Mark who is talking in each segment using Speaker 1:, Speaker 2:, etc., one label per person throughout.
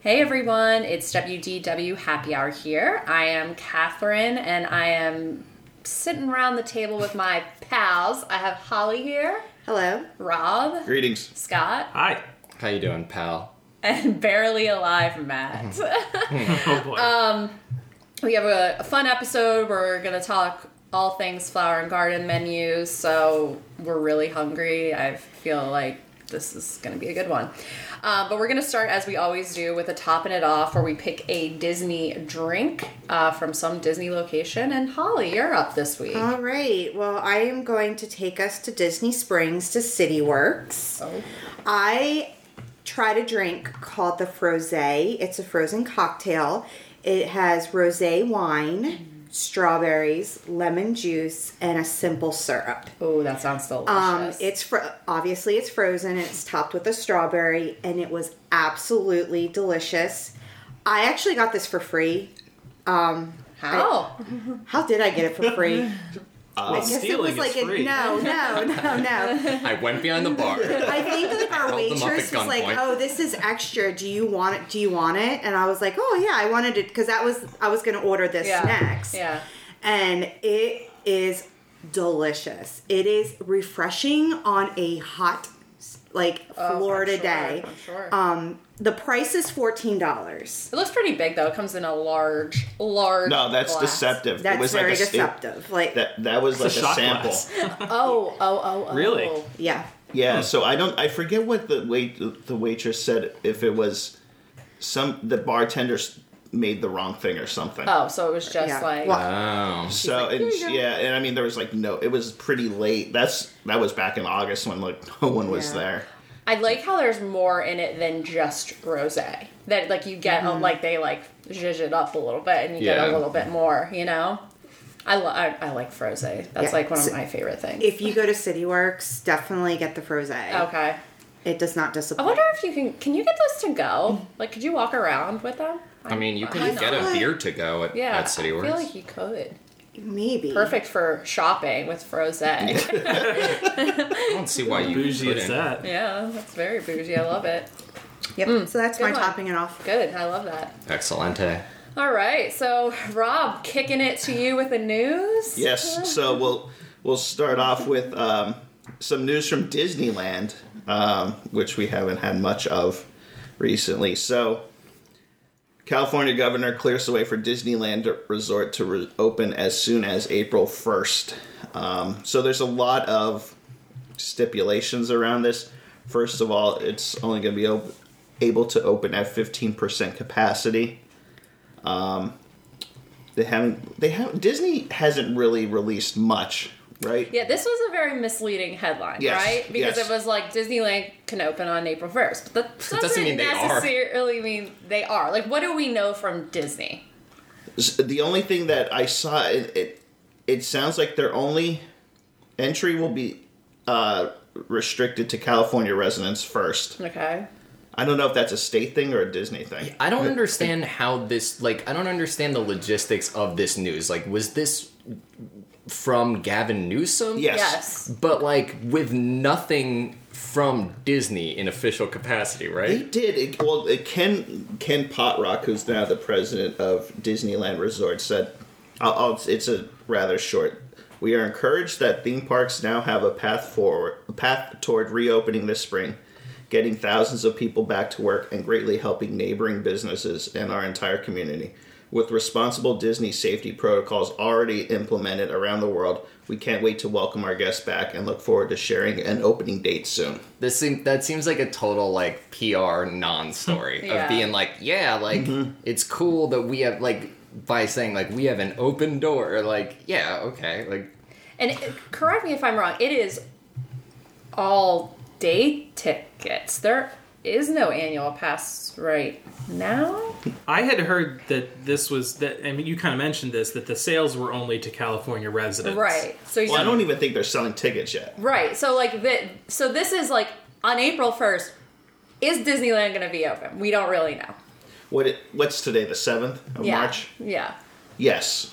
Speaker 1: Hey everyone, it's WDW Happy Hour here. I am Catherine and I am sitting around the table with my pals. I have Holly here,
Speaker 2: Hello.
Speaker 1: Rob,
Speaker 3: Greetings.
Speaker 1: Scott,
Speaker 4: Hi.
Speaker 3: How you doing, pal?
Speaker 1: and barely alive Matt.
Speaker 4: Oh boy.
Speaker 1: Uh, we have a, a fun episode. We're going to talk all things flower and garden menus, so we're really hungry. I feel like this is going to be a good one. Uh, but we're going to start, as we always do, with a topping it off where we pick a Disney drink uh, from some Disney location. And Holly, you're up this week.
Speaker 2: All right. Well, I am going to take us to Disney Springs to City Works.
Speaker 1: So,
Speaker 2: I tried a drink called the Froze. It's a frozen cocktail. It has rose wine, strawberries, lemon juice, and a simple syrup.
Speaker 1: oh, that sounds delicious.
Speaker 2: Um, it's fro- obviously it's frozen. It's topped with a strawberry, and it was absolutely delicious. I actually got this for free.
Speaker 1: how?
Speaker 2: How did I get it for free?
Speaker 5: Uh,
Speaker 2: I guess
Speaker 4: stealing is
Speaker 2: a,
Speaker 4: free.
Speaker 2: no, no, no, no.
Speaker 3: I went behind the bar.
Speaker 2: I think like our
Speaker 3: Held them up
Speaker 2: waitress
Speaker 3: at
Speaker 2: was like,
Speaker 3: gunpoint.
Speaker 2: "Oh, this is extra. Do you want it? Do you want it?" And I was like, "Oh yeah, I wanted it because that was I was going to order this
Speaker 1: Yeah.
Speaker 2: next."
Speaker 1: Yeah.
Speaker 2: and it is delicious. It is refreshing on a hot, like
Speaker 1: Oh, I'm
Speaker 2: Florida
Speaker 1: sure,
Speaker 2: day.
Speaker 1: I'm sure.
Speaker 2: Um, the price is fourteen dollars.
Speaker 1: it looks pretty big though. It comes in a large, large.
Speaker 3: No, that's
Speaker 1: glass.
Speaker 3: deceptive.
Speaker 2: That's
Speaker 3: it was
Speaker 2: very
Speaker 3: like a, it-
Speaker 2: deceptive. like,
Speaker 3: that that was like
Speaker 4: a
Speaker 3: a,
Speaker 4: shot
Speaker 3: sample.
Speaker 4: glass.
Speaker 1: Oh, oh, oh, oh.
Speaker 4: Really?
Speaker 2: yeah.
Speaker 3: Yeah. So I don't. I forget what the wait the waitress said. If it was some the bartender s- made the wrong thing or something.
Speaker 1: Oh, so it was just
Speaker 2: Yeah.
Speaker 1: like.
Speaker 2: Well,
Speaker 5: Oh.
Speaker 3: So
Speaker 2: like, "Here
Speaker 3: and
Speaker 2: you go."
Speaker 3: yeah, and I mean there was like no. It was pretty late. That's that was back in August when like no one was
Speaker 2: Yeah.
Speaker 3: there.
Speaker 1: I like how there's more in it than just rosé. That like you get
Speaker 2: Mm-hmm.
Speaker 1: um, like they like zhuzh it up a little bit and you get a
Speaker 5: Yeah.
Speaker 1: little bit more. You know, I lo- I, I like frosé. That's
Speaker 2: Yeah.
Speaker 1: like one of
Speaker 2: So-
Speaker 1: my favorite things.
Speaker 2: If you go to CityWorks, definitely get the froze.
Speaker 1: okay.
Speaker 2: It does not
Speaker 1: I
Speaker 2: disappoint.
Speaker 1: wonder if you can. Can you get those to go? Like, could you walk around with them?
Speaker 5: I mean, you
Speaker 1: Why
Speaker 5: can get a
Speaker 2: not?
Speaker 5: beer to go at,
Speaker 1: Yeah,
Speaker 5: at City
Speaker 1: I feel
Speaker 5: Works.
Speaker 1: like you could.
Speaker 2: Maybe
Speaker 1: Perfect for shopping with frosé.
Speaker 5: I don't see why you
Speaker 4: Bougie is
Speaker 5: couldn't.
Speaker 4: that?
Speaker 1: yeah, that's very bougie. I love it.
Speaker 2: Yep. So that's
Speaker 1: Mm. Good
Speaker 2: my
Speaker 1: one.
Speaker 2: topping it off.
Speaker 1: Good. I love that.
Speaker 5: Excelente.
Speaker 1: All right. So, Rob, kicking it to you with the news.
Speaker 3: Yes. So we'll we'll start off with um, some news from Disneyland, um, which we haven't had much of recently. So California governor clears the way for Disneyland Resort to re- open as soon as April first. Um, so there's a lot of stipulations around this. First of all, it's only going to be op- able to open at 15% capacity Um, they haven't they haven't disney hasn't really released much right
Speaker 1: Yeah, this was a very misleading headline,
Speaker 3: Yes,
Speaker 1: right? Because
Speaker 3: yes.
Speaker 1: it was like Disneyland can open on April 1st. But that doesn't,
Speaker 5: mean they are.
Speaker 1: necessarily mean they are. Like, what do we know from Disney?
Speaker 3: S- the only thing that i saw it, it it sounds like their only entry will be uh restricted to california residents first
Speaker 1: Okay.
Speaker 3: i don't know if that's a state thing or a disney thing
Speaker 5: I don't understand how this, like, I don't understand the logistics of this news. Like, was this from Gavin Newsom?
Speaker 3: yes
Speaker 1: Yes.
Speaker 5: But, like, with nothing from Disney in official capacity,
Speaker 3: They
Speaker 5: right?
Speaker 3: did. It, well, it, Ken Ken Potrock, who's now the president of Disneyland Resort, said, I'll, I'll, "It's a rather short. We are encouraged that theme parks now have a path forward, a path toward reopening this spring, getting thousands of people back to work, and greatly helping neighboring businesses and our entire community." With responsible Disney safety protocols already implemented around the world, we can't wait to welcome our guests back and look forward to sharing an opening date soon.
Speaker 5: This seem, that seems like a total like PR non-story
Speaker 1: Yeah.
Speaker 5: of being like, yeah, like
Speaker 3: Mm-hmm.
Speaker 5: it's cool that we have like by saying like we have an open door, like yeah, okay, like
Speaker 1: And it, correct me if I'm wrong, it is all day tickets. There is no annual pass right now.
Speaker 4: I had heard that this was that. I mean, you kind of mentioned this that the sales were only to California residents,
Speaker 1: Right. So you
Speaker 3: Well, I don't e-, even think they're selling tickets yet.
Speaker 1: Right. So like that. So this is like on April first. Is Disneyland going to be open? We don't really know.
Speaker 3: What it, what's today the seventh of
Speaker 1: Yeah.
Speaker 3: March?
Speaker 1: Yeah.
Speaker 3: Yes,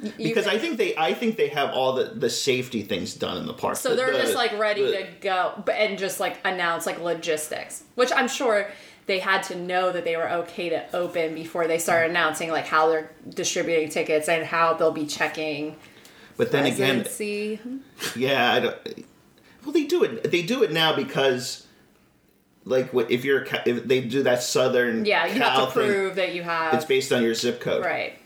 Speaker 1: You-
Speaker 3: because I think they I think they have all the, the safety things done in the park.
Speaker 1: so they're
Speaker 3: The-
Speaker 1: just like ready
Speaker 3: the-
Speaker 1: to go but- and just like announce like logistics, which I'm sure they had to know that they were okay to open before they started announcing like how they're distributing tickets and how they'll be checking
Speaker 3: But then again,
Speaker 1: residency.
Speaker 3: Yeah, I don't. Well, they do it. They do it now because, like, what if you're a ca- if they do that southern
Speaker 1: yeah, you
Speaker 3: Cal
Speaker 1: have to
Speaker 3: thing,
Speaker 1: prove that you have
Speaker 3: it's based on your zip code,
Speaker 1: right.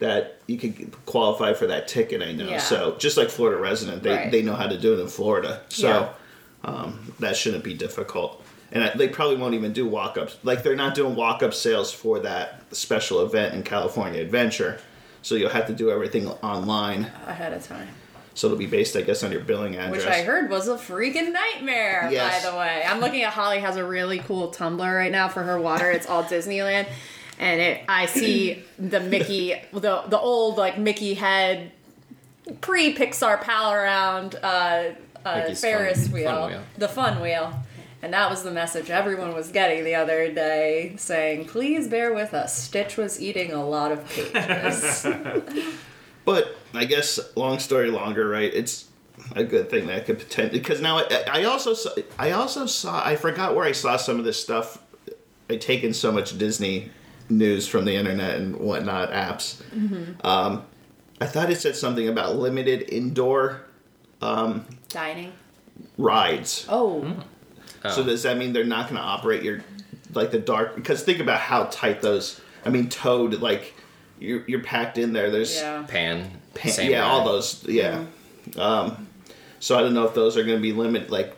Speaker 3: That you can qualify for that ticket. I know.
Speaker 1: Yeah.
Speaker 3: So just like Florida resident, they
Speaker 1: Right.
Speaker 3: they know how to do it in Florida. So
Speaker 1: Yeah.
Speaker 3: um, that shouldn't be difficult. And I- they probably won't even do walk ups. Like they're not doing walk up sales for that special event in California Adventure. So you'll have to do everything online.
Speaker 1: ahead of time.
Speaker 3: So it'll be based, I guess, on your billing address.
Speaker 1: Which I heard was a freaking nightmare,
Speaker 3: Yes.
Speaker 1: by the way. I'm looking at Holly has a really cool tumbler right now for her water. It's all Disneyland. And it I see the Mickey the the old like Mickey head pre Pixar pal around uh, uh,
Speaker 5: Mickey's
Speaker 1: Ferris
Speaker 5: fun-
Speaker 1: wheel,
Speaker 5: fun wheel.
Speaker 1: The fun wheel. And that was the message everyone was getting the other day saying, please bear with us. Stitch was eating a lot of pages.
Speaker 3: But I guess long story longer, right? It's a good thing that I could pretend because now I, I also saw, I also saw I forgot where I saw some of this stuff. I taken so much Disney news from the internet and whatnot apps. Um,
Speaker 1: Mm-hmm.
Speaker 3: I thought it said something about limited indoor
Speaker 1: Dining.
Speaker 3: rides.
Speaker 1: Oh,
Speaker 5: Mm.
Speaker 3: So does that mean they're not going to operate your like the dark? Because think about how tight those. I mean, Toad like you're you're packed in there. There's
Speaker 1: yeah.
Speaker 5: Pan,
Speaker 3: Pan-
Speaker 5: same
Speaker 3: yeah,
Speaker 5: guy.
Speaker 3: all those. Yeah. Um, so I don't know if those are going to be limit. Like,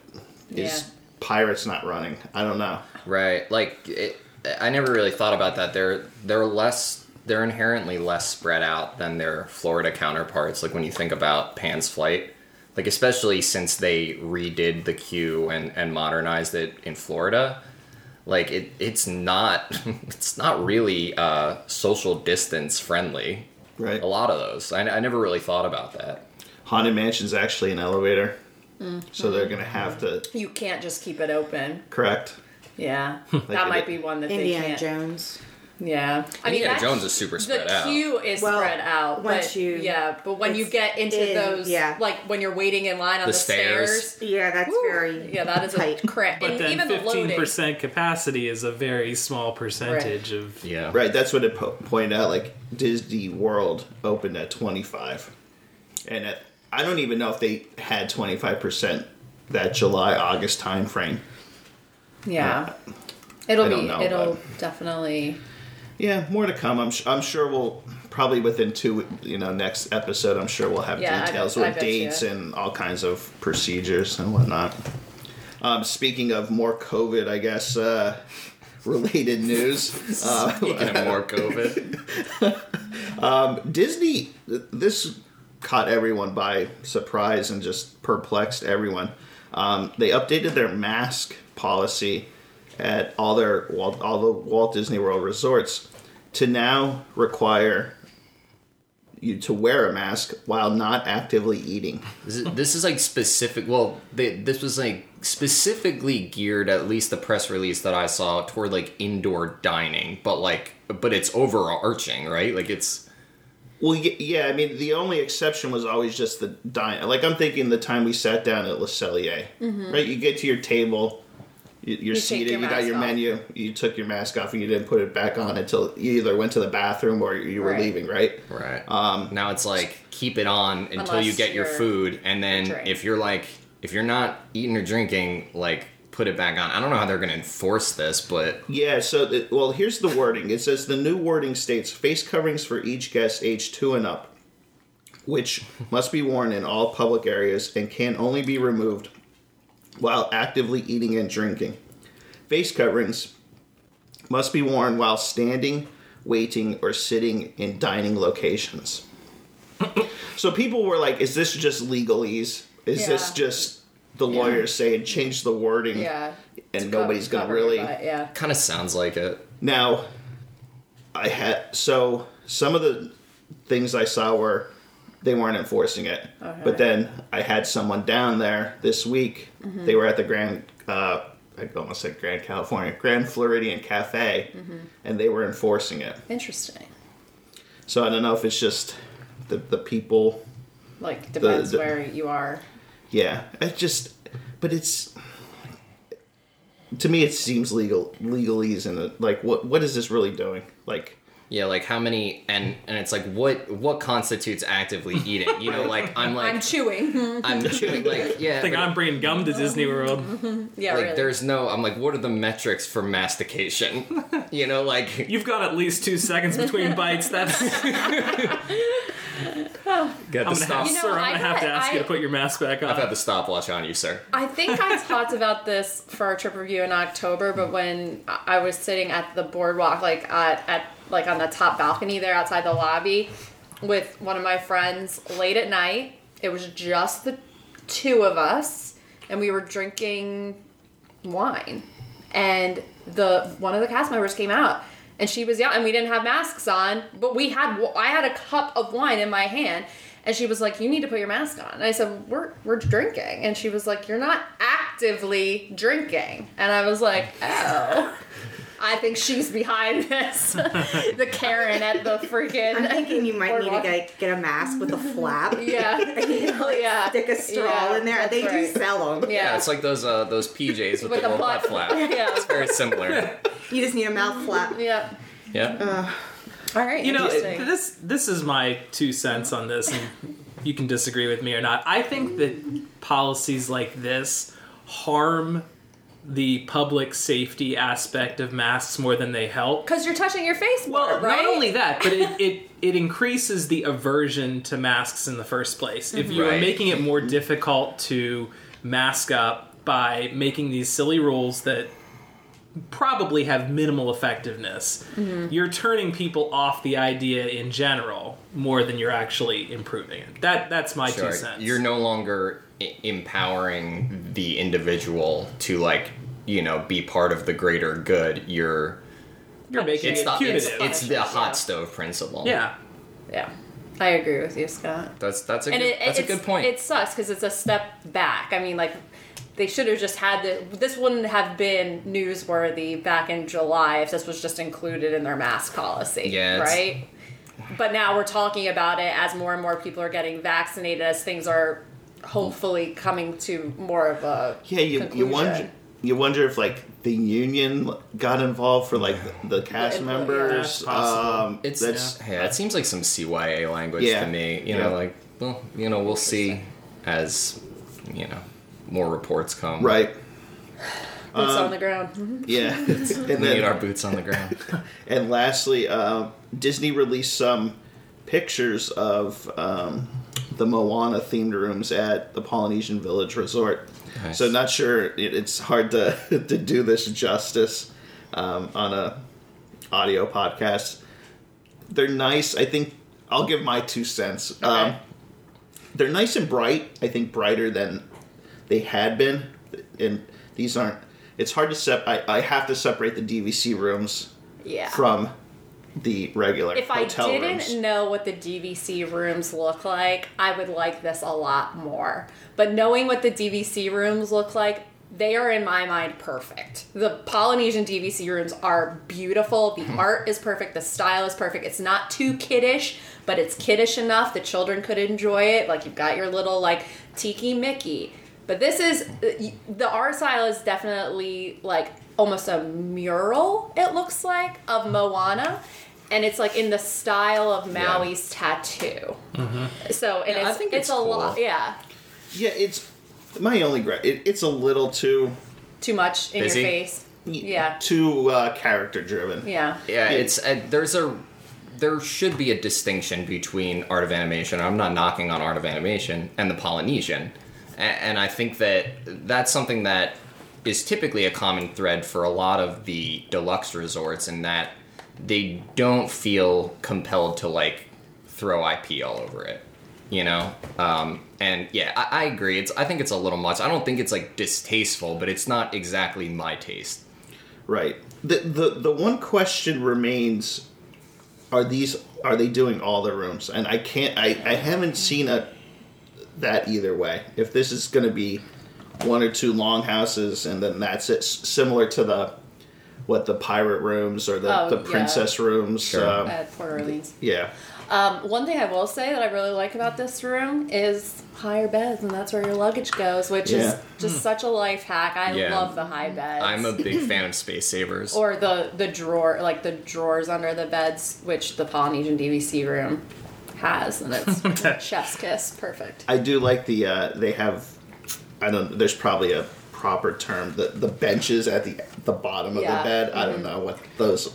Speaker 1: Yeah.
Speaker 3: is Pirates not running? I don't know.
Speaker 5: Right. Like it, I never really thought about that. They're they're less they're inherently less spread out than their Florida counterparts. Like when you think about Pan's flight, like especially since they redid the queue and and modernized it in Florida, like it it's not it's not really uh, social distance friendly.
Speaker 3: Right.
Speaker 5: A lot of those. I, I never really thought about that.
Speaker 3: Haunted Mansion's actually an elevator, so they're going to have to
Speaker 1: You can't just keep it open.
Speaker 3: correct.
Speaker 1: Yeah,
Speaker 3: Like
Speaker 1: that might
Speaker 3: it-
Speaker 1: be one that they
Speaker 2: Indiana
Speaker 1: can't.
Speaker 2: Jones.
Speaker 1: Yeah, I mean,
Speaker 5: Indiana
Speaker 1: that's-
Speaker 5: Jones is super spread
Speaker 1: the
Speaker 5: out.
Speaker 1: queue is
Speaker 2: Well,
Speaker 1: spread out.
Speaker 2: once
Speaker 1: but,
Speaker 2: you-
Speaker 1: yeah, but when you
Speaker 2: it's
Speaker 1: get into
Speaker 2: in,
Speaker 1: those,
Speaker 2: yeah.
Speaker 1: like when you're waiting in line on the,
Speaker 5: The stairs.
Speaker 2: Yeah, that's
Speaker 1: woo,
Speaker 2: very
Speaker 1: yeah, that is a
Speaker 2: tight.
Speaker 1: crack.
Speaker 4: But
Speaker 1: And
Speaker 4: then
Speaker 1: even the
Speaker 4: fifteen
Speaker 1: loading,
Speaker 4: percent capacity is a very small percentage of
Speaker 5: Yeah.
Speaker 3: Right. That's what it po- pointed out. Like Disney World opened at twenty five, and at, I don't even know if they had twenty five percent that July August time frame.
Speaker 1: yeah, it'll
Speaker 3: I don't
Speaker 1: be,
Speaker 3: know,
Speaker 1: it'll definitely.
Speaker 3: Yeah, more to come. I'm sh- I'm sure we'll probably within two you know next episode. I'm sure we'll have
Speaker 1: Yeah, I
Speaker 3: details
Speaker 1: bet- I
Speaker 3: with
Speaker 1: bet
Speaker 3: dates
Speaker 1: you.
Speaker 3: and all kinds of procedures and whatnot. Um, speaking of more COVID, I guess uh, related news. Uh,
Speaker 5: Speaking of more COVID,
Speaker 3: Disney, th- this caught everyone by surprise and just perplexed everyone. Um, they updated their mask policy at all their Walt, all the Walt Disney World resorts to now require you to wear a mask while not actively eating.
Speaker 5: This is, this is like specific. Well, they, this was like specifically geared, at least the press release that I saw, toward like indoor dining. But like, but it's overarching, right? Like it's
Speaker 3: Well, y- yeah, I mean, the only exception was always just the dine. Like, I'm thinking the time we sat down at Le Cellier, right? You get to your table, you, you're
Speaker 1: Mm-hmm. You take
Speaker 3: seated,
Speaker 1: your
Speaker 3: you got
Speaker 1: mask
Speaker 3: your
Speaker 1: off.
Speaker 3: menu, you took your mask off, and you didn't put it back on until you either went to the bathroom or you were
Speaker 1: Right.
Speaker 3: leaving, right?
Speaker 5: right. Um, now it's like keep it on until you
Speaker 1: Unless
Speaker 5: get your
Speaker 1: you're-
Speaker 5: food, and then
Speaker 1: drink.
Speaker 5: if you're like if you're not eating or drinking, like put it back on. I don't know how they're gonna enforce this, but
Speaker 3: Yeah, so, the, well, here's the wording it says the new wording states face coverings for each guest age two and up, which must be worn in all public areas and can only be removed while actively eating and drinking. Face coverings must be worn while standing, waiting, or sitting in dining locations. so people were like, is this just legalese? Is this
Speaker 1: Yeah.
Speaker 3: just the lawyers saying change the wording?
Speaker 1: Yeah,
Speaker 3: And nobody's going to really.
Speaker 1: But, yeah,
Speaker 5: kind of sounds like it.
Speaker 3: Now, I had so some of the things I saw were they weren't enforcing it, but then I had someone down there this week. They were at the Grand, uh, I almost said Grand California, Grand Floridian Cafe, and they were enforcing it.
Speaker 1: interesting.
Speaker 3: So I don't know if it's just the the people.
Speaker 1: Like depends
Speaker 3: the-
Speaker 1: where you are.
Speaker 3: Yeah, it just, but it's to me, it seems legal legalese and like what what is this really doing? Like
Speaker 5: Yeah, like how many and and it's like what what constitutes actively eating? You know, like I'm
Speaker 1: I'm
Speaker 5: like
Speaker 1: chewing.
Speaker 5: I'm, chewing like yeah,
Speaker 4: I think
Speaker 5: but-
Speaker 4: I'm bringing gum to Disney World.
Speaker 1: yeah,
Speaker 5: like
Speaker 1: really.
Speaker 5: there's no I'm like what are the metrics for mastication? you know, like
Speaker 4: You've got at least two seconds between bites. That's I'm
Speaker 5: got the
Speaker 4: gonna have,
Speaker 5: stop.
Speaker 1: You know,
Speaker 4: sir. I'm gonna
Speaker 1: I
Speaker 4: have to
Speaker 1: got-
Speaker 4: ask you
Speaker 1: I-
Speaker 4: to put your mask back
Speaker 5: I've had
Speaker 4: on.
Speaker 5: the stopwatch on you, sir.
Speaker 1: I think I talked about this for our trip review in October, but when I I was sitting at the boardwalk, like at, at like on the top balcony there outside the lobby, with one of my friends late at night, it was just the two of us, and we were drinking wine, and the one of the cast members came out. And she was young, and we didn't have masks on, but we had. w- I had a cup of wine in my hand, and she was like, "You need to put your mask on." And I said, "We're we're drinking," and she was like, "You're not actively drinking," and I was like, "Oh." I think she's behind this. the Karen at the freaking.
Speaker 2: I'm thinking you might need to
Speaker 1: boardwalk.
Speaker 2: get, get a mask with a flap.
Speaker 1: Yeah. yeah.
Speaker 2: Stick a straw
Speaker 1: Yeah,
Speaker 2: in there.
Speaker 1: that's
Speaker 2: They
Speaker 1: right.
Speaker 2: do sell them.
Speaker 1: Yeah.
Speaker 5: Yeah, it's like those uh those
Speaker 1: With
Speaker 5: PJs with, the
Speaker 1: the
Speaker 5: little
Speaker 1: butt-
Speaker 5: butt flap.
Speaker 1: Yeah.
Speaker 5: It's very similar.
Speaker 2: You just need a mouth flap.
Speaker 1: yeah.
Speaker 5: Yeah.
Speaker 4: Uh,
Speaker 1: All right.
Speaker 4: You know,
Speaker 1: interesting.
Speaker 4: this this is my two cents on this, and you can disagree with me or not. I think that policies like this harm the public safety aspect of masks more than they help.
Speaker 1: Because you're touching your face more,
Speaker 4: Well,
Speaker 1: right?
Speaker 4: not only that, but it, it it increases the aversion to masks in the first place. If you are
Speaker 5: Right.
Speaker 4: making it more difficult to mask up by making these silly rules that probably have minimal effectiveness,
Speaker 1: Mm-hmm.
Speaker 4: you're turning people off the idea in general more than you're actually improving it. That that's my
Speaker 5: Sure.
Speaker 4: two cents.
Speaker 5: You're no longer I- empowering
Speaker 1: Mm-hmm.
Speaker 5: the individual to like, you know, be part of the greater good. You're
Speaker 4: You're making
Speaker 5: it's
Speaker 4: it
Speaker 5: the it's,
Speaker 4: punitive.
Speaker 5: it's the
Speaker 1: Yeah.
Speaker 5: hot stove principle.
Speaker 4: yeah.
Speaker 1: Yeah. I agree with you, Scott.
Speaker 5: That's that's a
Speaker 1: And
Speaker 5: good,
Speaker 1: it,
Speaker 5: that's a
Speaker 1: it's,
Speaker 5: good point.
Speaker 1: It sucks because it's a step back. I mean, like they should have just had the, this. Wouldn't have been newsworthy back in July if this was just included in their mask policy.
Speaker 5: Yeah, it's-
Speaker 1: Right. But now we're talking about it as more and more people are getting vaccinated, as things are hopefully coming to more of a
Speaker 3: yeah, you you
Speaker 1: conclusion.
Speaker 3: wonder you wonder if like the union got involved for like the, the cast
Speaker 1: Yeah,
Speaker 3: members.
Speaker 4: that's possible.
Speaker 3: um,
Speaker 5: it's
Speaker 3: that's
Speaker 5: yeah. it seems like some CYA language
Speaker 3: Yeah.
Speaker 5: to me. You
Speaker 3: Yeah.
Speaker 5: know, like well, you know, we'll see as you know more reports come.
Speaker 3: right.
Speaker 1: Boots on the ground.
Speaker 3: Yeah, and
Speaker 5: We need our
Speaker 3: then
Speaker 5: boots on the ground.
Speaker 3: and lastly, um, Disney released some pictures of um, the Moana themed rooms at the Polynesian Village Resort.
Speaker 5: Nice.
Speaker 3: So not sure it, it's hard to to do this justice um, on a audio podcast. They're nice. I think I'll give my two cents. Um,
Speaker 1: Okay.
Speaker 3: they're nice and bright. I think brighter than they had been, and these aren't. It's hard to sep. I, I have to separate the DVC rooms
Speaker 1: Yeah.
Speaker 3: from the regular
Speaker 1: if I
Speaker 3: hotel
Speaker 1: didn't
Speaker 3: rooms.
Speaker 1: know what the DVC rooms look like, I would like this a lot more. But knowing what the DVC rooms look like, they are in my mind perfect. The Polynesian DVC rooms are beautiful.
Speaker 3: Hmm.
Speaker 1: The art is perfect. The style is perfect. It's not too kiddish, but it's kiddish enough the children could enjoy it. Like you've got your little like tiki Mickey. But this is uh, the art style is definitely like almost a mural. It looks like of Moana, and it's like in the style of Maui's tattoo. So and
Speaker 5: Mm-hmm. Yeah, I
Speaker 1: it's,
Speaker 5: think
Speaker 1: it's,
Speaker 5: it's
Speaker 1: a lot.
Speaker 5: cool.
Speaker 1: Yeah,
Speaker 3: yeah, it's my only gripe. It, it's a little too
Speaker 1: too much in
Speaker 5: Busy?
Speaker 1: your face. Yeah.
Speaker 3: too uh, character driven.
Speaker 1: Yeah.
Speaker 5: Yeah, it's uh, there's a there should be a distinction between art of animation. I'm not knocking on art of animation and the Polynesian, A- and I think that that's something that is typically a common thread for a lot of the deluxe resorts, in that they don't feel compelled to like throw IP all over it, you know. Um, and yeah, I, I agree. It's I think it's a little much. I don't think it's like distasteful, but it's not exactly my taste.
Speaker 3: Right. The, the the one question remains: Are these are they doing all the rooms? And I can't. I I haven't seen a that either way. If this is going to be one or two long houses and then that's it, s- similar to the what the pirate rooms or the,
Speaker 1: Oh,
Speaker 3: the
Speaker 1: yeah.
Speaker 3: princess rooms.
Speaker 5: Sure.
Speaker 3: um,
Speaker 1: At Port Orleans.
Speaker 3: yeah.
Speaker 1: Um, one thing I will say that I really like about this room is higher beds, and that's where your luggage goes, which
Speaker 3: Yeah.
Speaker 1: is just such a life hack. I
Speaker 5: Hmm. Yeah.
Speaker 1: love the high beds.
Speaker 5: I'm a big fan of space savers.
Speaker 1: or the the drawer, like the drawers under the beds, which the Polynesian DVC room has, and it's chef's kiss, perfect.
Speaker 3: I do like the uh, they have. I don't. There's probably a proper term. The the benches at the the bottom
Speaker 1: Yeah. Mm-hmm.
Speaker 3: of the bed. I don't know what those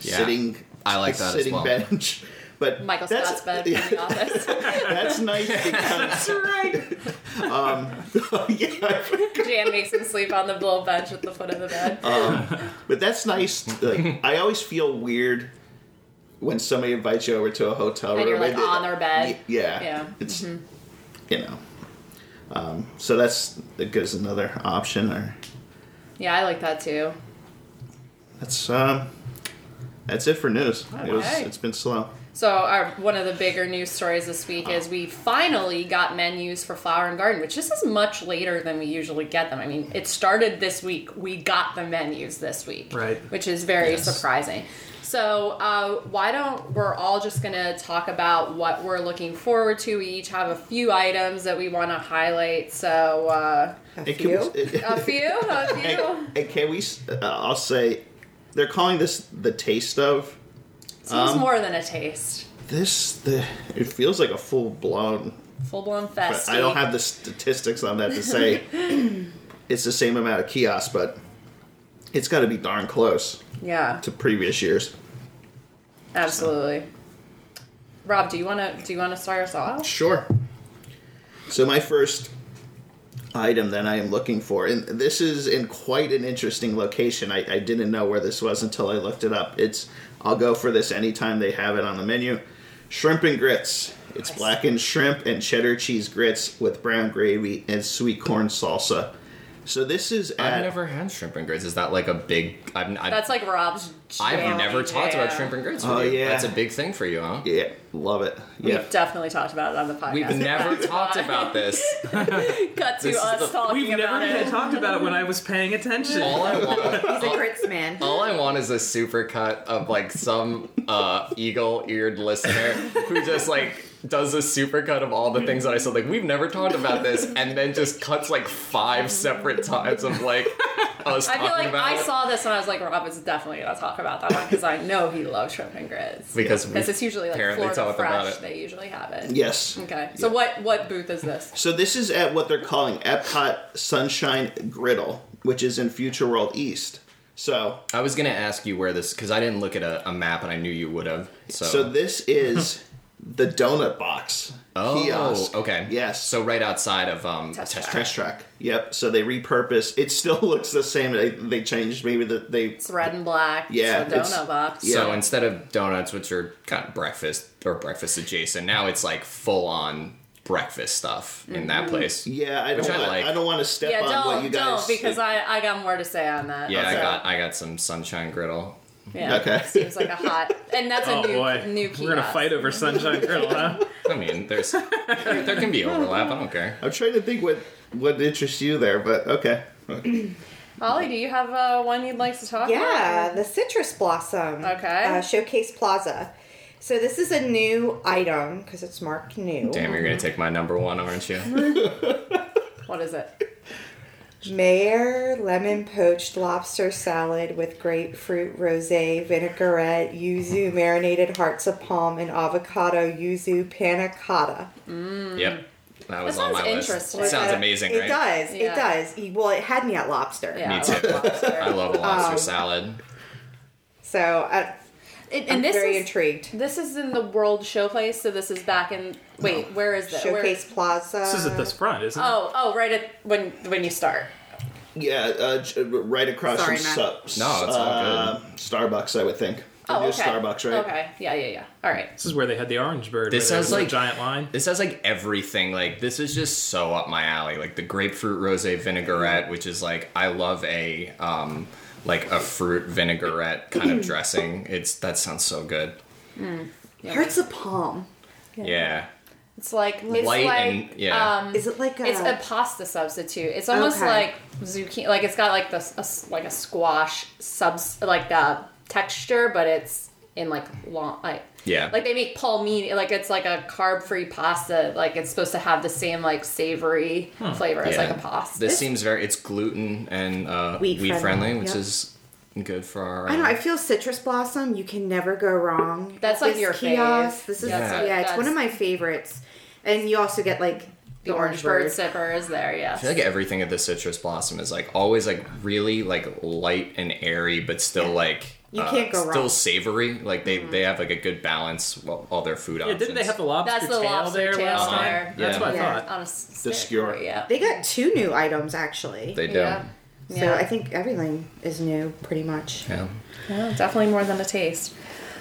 Speaker 5: Yeah.
Speaker 3: sitting.
Speaker 5: I like
Speaker 3: the
Speaker 5: that as
Speaker 3: sitting
Speaker 5: well.
Speaker 3: bench. But
Speaker 1: Michael
Speaker 3: that's-
Speaker 1: Scott's bed oh in the office.
Speaker 3: That's nice because um,
Speaker 2: right.
Speaker 3: yeah,
Speaker 1: Jan makes him sleep on the little bench at the foot of the bed.
Speaker 3: but that's nice. Like I always feel weird when somebody invites you over to a hotel
Speaker 1: And
Speaker 3: room
Speaker 1: you're, like,
Speaker 3: they-
Speaker 1: on their bed.
Speaker 3: Y- Yeah,
Speaker 1: Yeah. Mm-hmm.
Speaker 3: It's you know. Um, so that's that gives another option, or
Speaker 1: yeah, I like that too.
Speaker 3: that's um, that's it for news. It was
Speaker 1: Okay.
Speaker 3: it's been slow.
Speaker 1: So our one of the bigger news stories this week is we finally got menus for Flower and Garden, which this is much later than we usually get them. I mean, it started this week. We got the menus this week,
Speaker 4: Right.
Speaker 1: Which is very
Speaker 5: Yes.
Speaker 1: surprising. So uh, why don't we're all just gonna talk about what we're looking forward to? We each have a few items that we want to highlight. So uh,
Speaker 2: A
Speaker 3: It can-
Speaker 2: few.
Speaker 3: it-
Speaker 1: a few, a few.
Speaker 3: and, and can we? s- Uh, I'll say they're calling this the taste of
Speaker 1: Seems
Speaker 3: Um,
Speaker 1: more than a taste.
Speaker 3: this. The it feels like a full blown.
Speaker 1: Full blown
Speaker 3: But
Speaker 1: fest.
Speaker 3: I don't have the statistics on that to say it's the same amount of kiosks, but it's got to be darn close
Speaker 1: Yeah.
Speaker 3: to previous years.
Speaker 1: Absolutely. Rob, do you want to do you want to start us off?
Speaker 3: Sure. So my first item that I am looking for, and this is in quite an interesting location. I, I didn't know where this was until I looked it up. It's I'll go for this anytime they have it on the menu. Shrimp and grits. It's blackened shrimp and cheddar cheese grits with brown gravy and sweet corn salsa. So this is at
Speaker 5: I've never had shrimp and grits. Is that like a big? I've, I've,
Speaker 1: That's like Rob's.
Speaker 5: I've
Speaker 1: jam.
Speaker 5: never talked about
Speaker 1: Yeah.
Speaker 5: shrimp and grits.
Speaker 3: Oh,
Speaker 5: with you.
Speaker 3: yeah.
Speaker 5: that's a big thing for you, huh?
Speaker 3: yeah, love it.
Speaker 1: We've
Speaker 3: Yeah,
Speaker 1: definitely talked about it on the podcast.
Speaker 5: We've never talked about this.
Speaker 1: Cut to
Speaker 5: This is
Speaker 1: us
Speaker 5: the-
Speaker 1: talking
Speaker 4: We've
Speaker 1: about
Speaker 4: never even
Speaker 1: it.
Speaker 4: talked about it when I was paying attention.
Speaker 5: All I want,
Speaker 2: He's a crits man.
Speaker 5: all I want is a supercut of like some uh, eagle-eared listener who just like does a supercut of all the things that I said. Like we've never talked about this, and then just cuts like five separate times of like us
Speaker 1: I
Speaker 5: talking
Speaker 1: feel like
Speaker 5: about
Speaker 1: I
Speaker 5: it.
Speaker 1: saw this and I was like, Rob is definitely gonna talk about that one because I know he loves shrimp and grits.
Speaker 5: because we
Speaker 1: Because it's usually like
Speaker 5: apparently
Speaker 1: Florida
Speaker 5: talked
Speaker 1: Fresh.
Speaker 5: about it.
Speaker 1: They usually have it.
Speaker 3: yes.
Speaker 1: Okay. So what what booth is this?
Speaker 3: So this is at what they're calling Epcot Sunshine Griddle, which is in Future World East. So,
Speaker 5: I was gonna ask you where this because I didn't look at a, a map and I knew you would have. So,
Speaker 3: so this is the donut box
Speaker 5: oh,
Speaker 3: kiosk.
Speaker 5: okay,
Speaker 3: Yes.
Speaker 5: So right outside of um,
Speaker 1: Test
Speaker 5: Test,
Speaker 1: track.
Speaker 5: Track.
Speaker 3: Test track. Yep. So they repurpose. It still looks the same. They, they changed maybe the they.
Speaker 1: It's red and black.
Speaker 3: Yeah,
Speaker 1: It's the donut
Speaker 3: it's-
Speaker 1: box.
Speaker 5: So
Speaker 3: Yeah.
Speaker 5: instead of donuts, which are kind of breakfast or breakfast adjacent, now it's like full on breakfast stuff in that place.
Speaker 3: Yeah, I don't.
Speaker 5: Which I
Speaker 3: want, I,
Speaker 5: like.
Speaker 3: don't want to step
Speaker 1: Yeah.
Speaker 3: on what you
Speaker 1: Don't
Speaker 3: guys.
Speaker 1: don't because I I got more to say on that.
Speaker 5: Yeah,
Speaker 3: Okay.
Speaker 5: I got I got some sunshine griddle.
Speaker 1: Yeah.
Speaker 3: Okay.
Speaker 1: Seems like a hot, and that's a
Speaker 4: Oh
Speaker 1: new
Speaker 4: boy,
Speaker 1: new
Speaker 4: we're gonna
Speaker 1: kiosk.
Speaker 4: fight over Sunshine Grill, huh?
Speaker 5: I mean, there's there, there can be overlap. I don't care.
Speaker 3: I'm trying to think what what interests you there, but okay.
Speaker 1: Molly, do you have uh, one you'd like to talk
Speaker 2: Yeah,
Speaker 1: about?
Speaker 2: the citrus blossom.
Speaker 1: Okay.
Speaker 2: Uh, Showcase Plaza. So this is a new item because it's marked new.
Speaker 5: Damn, you're gonna take my number one, aren't you?
Speaker 1: What is it?
Speaker 2: Mayor lemon poached lobster salad with grapefruit rosé, vinaigrette, yuzu marinated hearts of palm, and avocado yuzu panna cotta.
Speaker 5: yep, that was
Speaker 1: That
Speaker 5: on my
Speaker 1: sounds
Speaker 5: list.
Speaker 1: interesting.
Speaker 5: Sounds
Speaker 2: Uh,
Speaker 5: amazing,
Speaker 2: It
Speaker 5: right?
Speaker 2: does.
Speaker 1: Yeah.
Speaker 2: It does. E- Well, it had me at lobster.
Speaker 1: Yeah,
Speaker 5: Me too.
Speaker 1: lobster.
Speaker 5: I love a lobster
Speaker 2: Um,
Speaker 5: salad.
Speaker 2: So uh,
Speaker 1: It-
Speaker 2: I'm
Speaker 1: and this
Speaker 2: very
Speaker 1: is
Speaker 2: intrigued.
Speaker 1: this is in the World Showplace, so this is back in. Wait, where is this?
Speaker 2: Showcase Plaza.
Speaker 4: This is at this front, isn't it?
Speaker 1: Oh, oh, right at when when you start.
Speaker 3: Yeah, uh, j- right across
Speaker 2: Sorry,
Speaker 3: from
Speaker 2: Matt.
Speaker 3: Sup-
Speaker 5: No, it's all
Speaker 3: uh, Starbucks, I would think. The
Speaker 1: Oh,
Speaker 3: new
Speaker 1: okay.
Speaker 3: Starbucks, right?
Speaker 1: Okay. Yeah, yeah, yeah. All right.
Speaker 4: This is where they had the orange bird.
Speaker 5: This
Speaker 4: where there
Speaker 5: sounds
Speaker 4: was a
Speaker 5: like-
Speaker 4: giant line.
Speaker 5: This has like everything. Like this is just so up my alley. Like the grapefruit rosé vinaigrette, which is like I love a um like a fruit vinaigrette kind of dressing. It's that sounds so good.
Speaker 2: Hearts of palm.
Speaker 5: Yeah.
Speaker 1: It's like it's
Speaker 5: Light
Speaker 1: like
Speaker 5: and- yeah.
Speaker 1: um,
Speaker 2: Is it like a?
Speaker 1: it's a pasta substitute. It's almost
Speaker 2: Okay.
Speaker 1: like zucchini. Like it's got like the s- a s- like a squash subs like the texture, but it's in like long like
Speaker 5: Yeah.
Speaker 1: like they make palmini like it's like a carb free pasta like it's supposed to have the same like savory flavor as like a pasta.
Speaker 5: Hmm. This seems very. It's gluten and uh,
Speaker 2: Wheat
Speaker 5: wheat,
Speaker 2: friendly,
Speaker 5: friendly, which
Speaker 2: yep.
Speaker 5: is good for our. um,
Speaker 2: I don't know. I feel citrus blossom. You can never go wrong.
Speaker 1: That's,
Speaker 2: At
Speaker 1: like,
Speaker 2: this
Speaker 1: your
Speaker 2: kiosk.
Speaker 1: fave.
Speaker 2: This is
Speaker 5: That's
Speaker 2: yeah.
Speaker 5: what-
Speaker 2: it's one
Speaker 1: that's-
Speaker 2: of my favorites. And you also get like
Speaker 1: the orange bird sipper is there, yes.
Speaker 5: I feel like everything at the citrus blossom is like always like really like light and airy, but still like uh,
Speaker 2: You can't go
Speaker 5: Still
Speaker 2: wrong. Mm-hmm.
Speaker 5: savory. Like they they have like a good balance of all their food
Speaker 4: Yeah,
Speaker 5: options.
Speaker 4: didn't they have the lobster
Speaker 1: That's the
Speaker 4: tail
Speaker 1: lobster
Speaker 4: there
Speaker 1: tail
Speaker 4: last time?
Speaker 1: there.
Speaker 4: That's what
Speaker 2: Yeah.
Speaker 4: I thought.
Speaker 1: on a s- stick,
Speaker 3: skewer.
Speaker 1: Yeah.
Speaker 2: They got two new items actually.
Speaker 5: They do.
Speaker 1: yeah.
Speaker 5: Yeah.
Speaker 1: Yeah.
Speaker 2: So I think everything is new pretty much.
Speaker 1: Well, definitely more than a taste.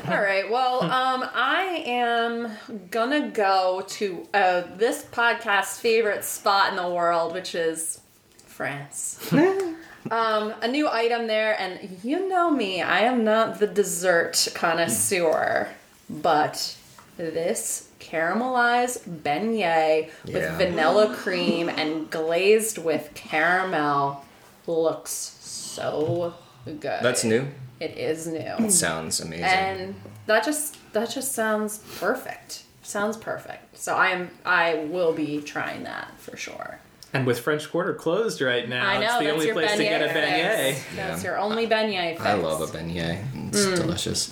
Speaker 1: All right. Well, um, I am gonna go to uh, this podcast's favorite spot in the world, which is France. um, a new item there, and you know me, I am not the dessert connoisseur, but this caramelized beignet with
Speaker 5: Yeah.
Speaker 1: vanilla cream and glazed with caramel looks so good.
Speaker 5: That's new.
Speaker 1: It is new.
Speaker 5: Sounds amazing.
Speaker 1: Mm. And that just that just sounds perfect. Sounds perfect. So I am I will be trying that for sure.
Speaker 4: And with French Quarter closed right now,
Speaker 1: I know
Speaker 4: it's the
Speaker 1: that's
Speaker 4: only
Speaker 1: your
Speaker 4: place
Speaker 1: beignet
Speaker 4: to get a beignet.
Speaker 1: fix. That's
Speaker 5: Yeah.
Speaker 1: your only beignet. Fix.
Speaker 5: I love a beignet. It's delicious.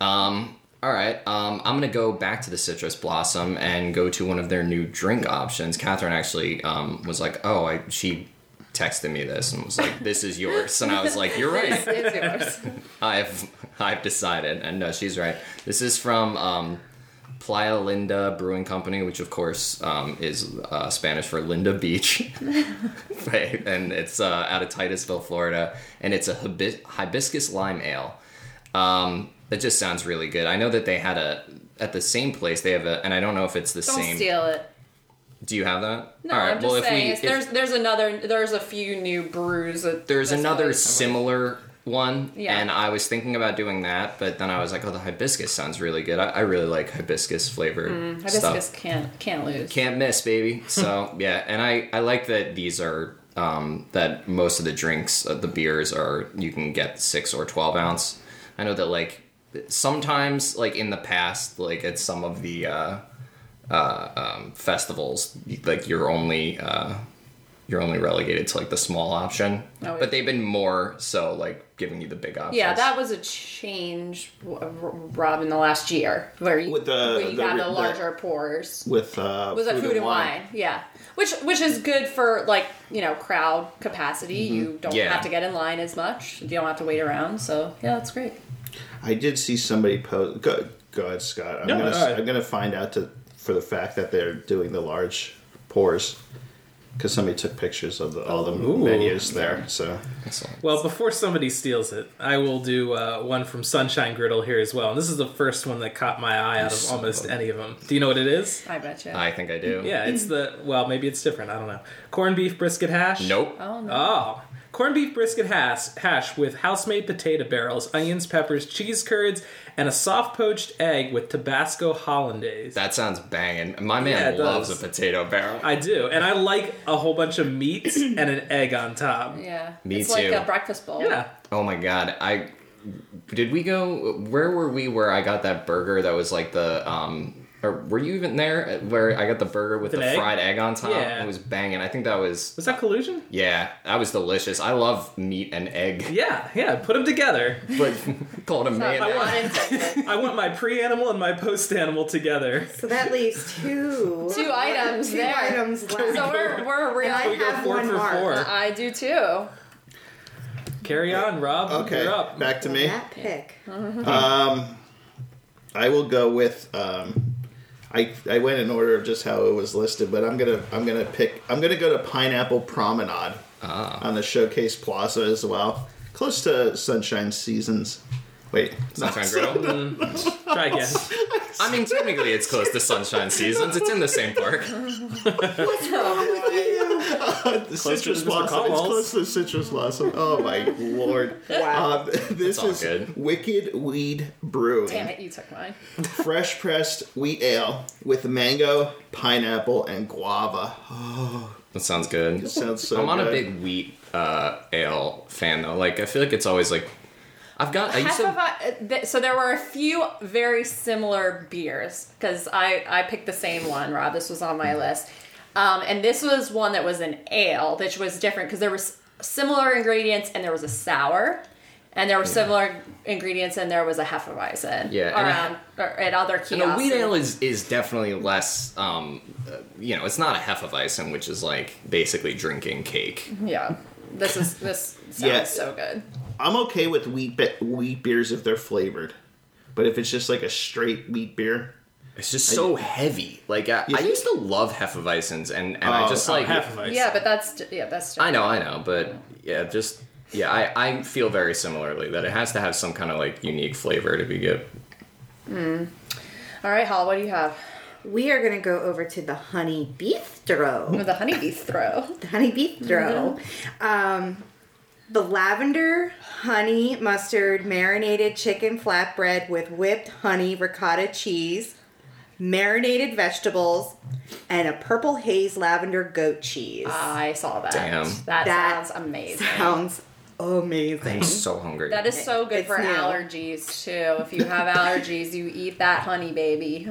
Speaker 5: Um, all right. Um, I'm gonna go back to the citrus blossom and go to one of their new drink options. Catherine actually um, was like, "Oh, I," she texted me this and was like, "This is yours." And I was like, "You're right.
Speaker 1: It's yours.
Speaker 5: I've I've decided." And no, she's right. This is from um, Playa Linda Brewing Company, which of course um, is uh, Spanish for Linda Beach. Right, and it's uh, out of Titusville, Florida, and it's a hibis- hibiscus lime ale. Um, that just sounds really good. I know that they had a at the same place. They have a, and I don't know if it's the
Speaker 1: Don't
Speaker 5: same.
Speaker 1: steal it.
Speaker 5: Do you have that?
Speaker 1: No, I'm just saying. it's- there's there's another there's a few new brews. At
Speaker 5: there's
Speaker 1: this
Speaker 5: another
Speaker 1: place.
Speaker 5: similar one
Speaker 1: Yeah.
Speaker 5: and i was thinking about doing that but then i was like oh the hibiscus sounds really good i, I really like hibiscus flavored
Speaker 1: Mm, Hibiscus
Speaker 5: stuff
Speaker 1: can't can't lose.
Speaker 5: can't miss baby so yeah and i i like that these are um that most of the drinks uh, the beers are you can get six or 12 ounce i know that like sometimes like in the past like at some of the uh uh um festivals like you're only uh you're only relegated to like the small option.
Speaker 1: Oh, yeah.
Speaker 5: But they've been more so like giving you the big option.
Speaker 1: Yeah, that was a change, w- Rob, in the last year where you,
Speaker 3: With the-
Speaker 1: where you
Speaker 3: the
Speaker 1: had
Speaker 3: re-
Speaker 1: the
Speaker 3: the-
Speaker 1: larger pours.
Speaker 3: with uh,
Speaker 1: was like food and wine. yeah which which is good for like you know crowd capacity you don't
Speaker 5: Mm-hmm. Yeah.
Speaker 1: have to get in line as much you don't have to wait around so yeah that's great
Speaker 3: I did see somebody post. Go, go ahead, Scott. I'm
Speaker 4: No,
Speaker 3: gonna
Speaker 4: no, I-
Speaker 3: I'm gonna find out to, for the fact that they're doing the large pours because somebody took pictures of the, all the
Speaker 4: Ooh.
Speaker 3: menus there. So
Speaker 5: Excellent.
Speaker 4: Well, before somebody steals it, I will do uh, one from Sunshine Griddle here as well. And this is the first one that caught my eye out of
Speaker 5: Yes.
Speaker 4: almost any of them. Do you know what it is?
Speaker 1: i bet you
Speaker 5: I think I do.
Speaker 4: Yeah, it's the well, maybe it's different. I don't know. Corned beef brisket hash.
Speaker 5: Nope.
Speaker 1: oh no
Speaker 4: Oh. Corned beef brisket hash, hash with house-made potato barrels, onions, peppers, cheese curds, and a soft poached egg with Tabasco hollandaise.
Speaker 5: That sounds banging. My
Speaker 4: Yeah,
Speaker 5: man
Speaker 4: it
Speaker 5: loves
Speaker 4: does.
Speaker 5: a potato barrel.
Speaker 4: I do, and I like a whole bunch of meats and an egg on top.
Speaker 1: yeah
Speaker 5: Me
Speaker 1: it's like
Speaker 5: too.
Speaker 1: a breakfast bowl
Speaker 4: Yeah.
Speaker 5: oh my god. I did we go where were we where I got that burger that was like the um or were you even there where I got the burger with
Speaker 4: With
Speaker 5: the
Speaker 4: an egg?
Speaker 5: fried egg on top?
Speaker 4: Yeah.
Speaker 5: It was banging. I think that was
Speaker 4: Was that collusion?
Speaker 5: yeah, that was delicious. I love meat and egg.
Speaker 4: Yeah, yeah. Put them together.
Speaker 5: But called a man.
Speaker 1: I
Speaker 5: egg.
Speaker 4: I want my pre-animal and my post-animal together.
Speaker 2: So that leaves two
Speaker 1: Two items
Speaker 2: two
Speaker 1: there.
Speaker 2: items left.
Speaker 1: so we're we're real
Speaker 2: I
Speaker 4: We go
Speaker 2: have
Speaker 4: four
Speaker 2: one
Speaker 4: for
Speaker 2: mark.
Speaker 4: four.
Speaker 1: i do too
Speaker 4: Carry on, Rob.
Speaker 3: okay,
Speaker 4: You're up.
Speaker 3: back to
Speaker 2: And
Speaker 3: me.
Speaker 2: That pick.
Speaker 3: Um, I will go with. Um, I, I went in order of just how it was listed, but I'm gonna I'm gonna pick I'm gonna go to Pineapple Promenade
Speaker 5: Ah.
Speaker 3: on the Showcase Plaza as well, close to Sunshine Seasons. Wait,
Speaker 5: Sunshine Griddle.
Speaker 4: Try again.
Speaker 5: I mean, technically, it's close to sunshine seasons. It's in the same park.
Speaker 3: the citrus
Speaker 4: Mr.
Speaker 3: blossom. It's
Speaker 4: Collins.
Speaker 3: close to the citrus blossom. Oh my lord!
Speaker 2: Wow.
Speaker 3: Um, this
Speaker 5: all
Speaker 3: is
Speaker 5: good.
Speaker 3: Wicked Weed Brewing.
Speaker 1: damn it you took mine
Speaker 3: fresh pressed wheat ale with mango, pineapple, and guava. Oh,
Speaker 5: That sounds good.
Speaker 3: Sounds so.
Speaker 5: I'm not
Speaker 3: good.
Speaker 5: a big wheat uh, ale fan though. Like, I feel like it's always like I've got. I used to.
Speaker 1: Hefewe- uh, th- so there were a few very similar beers because I, I picked the same one, Rob. This was on my
Speaker 5: Mm-hmm.
Speaker 1: list. Um, and this was one that was an ale, which was different because there was similar ingredients and there was a sour. And there were similar ingredients and there was a Hefeweizen
Speaker 5: Yeah, and a-
Speaker 1: around or at other kiosks.
Speaker 5: No, wheat ale is, is definitely less, um, uh, you know, it's not a Hefeweizen, which is like basically drinking cake.
Speaker 1: Yeah. This is this sounds
Speaker 3: Yeah.
Speaker 1: so good.
Speaker 3: I'm okay with wheat be- wheat beers if they're flavored, but if it's just like a straight wheat beer,
Speaker 5: It's just so heavy. Like, I, I used to love Hefeweizens, and, and I
Speaker 3: Oh,
Speaker 5: just
Speaker 3: oh,
Speaker 5: like.
Speaker 4: Uh, half of ice.
Speaker 1: Yeah, but that's yeah, that's
Speaker 5: I know, I know, but yeah, just. Yeah, I, I feel very similarly that it has to have some kind of like unique flavor to be good.
Speaker 1: All right, Hal, what do you have?
Speaker 2: We are going to go over to the honey beef throw.
Speaker 3: Mm-hmm.
Speaker 1: With the honeybee throw.
Speaker 2: the honey beef throw. Um, the lavender honey mustard marinated chicken flatbread with whipped honey ricotta cheese, marinated vegetables, and a purple haze lavender goat cheese.
Speaker 1: I saw that.
Speaker 5: Damn.
Speaker 1: That,
Speaker 2: That
Speaker 1: sounds amazing.
Speaker 2: Sounds amazing.
Speaker 5: I'm so hungry.
Speaker 1: That is so good
Speaker 2: It's
Speaker 1: for
Speaker 2: new.
Speaker 1: allergies too. If you have allergies, you eat that honey, baby.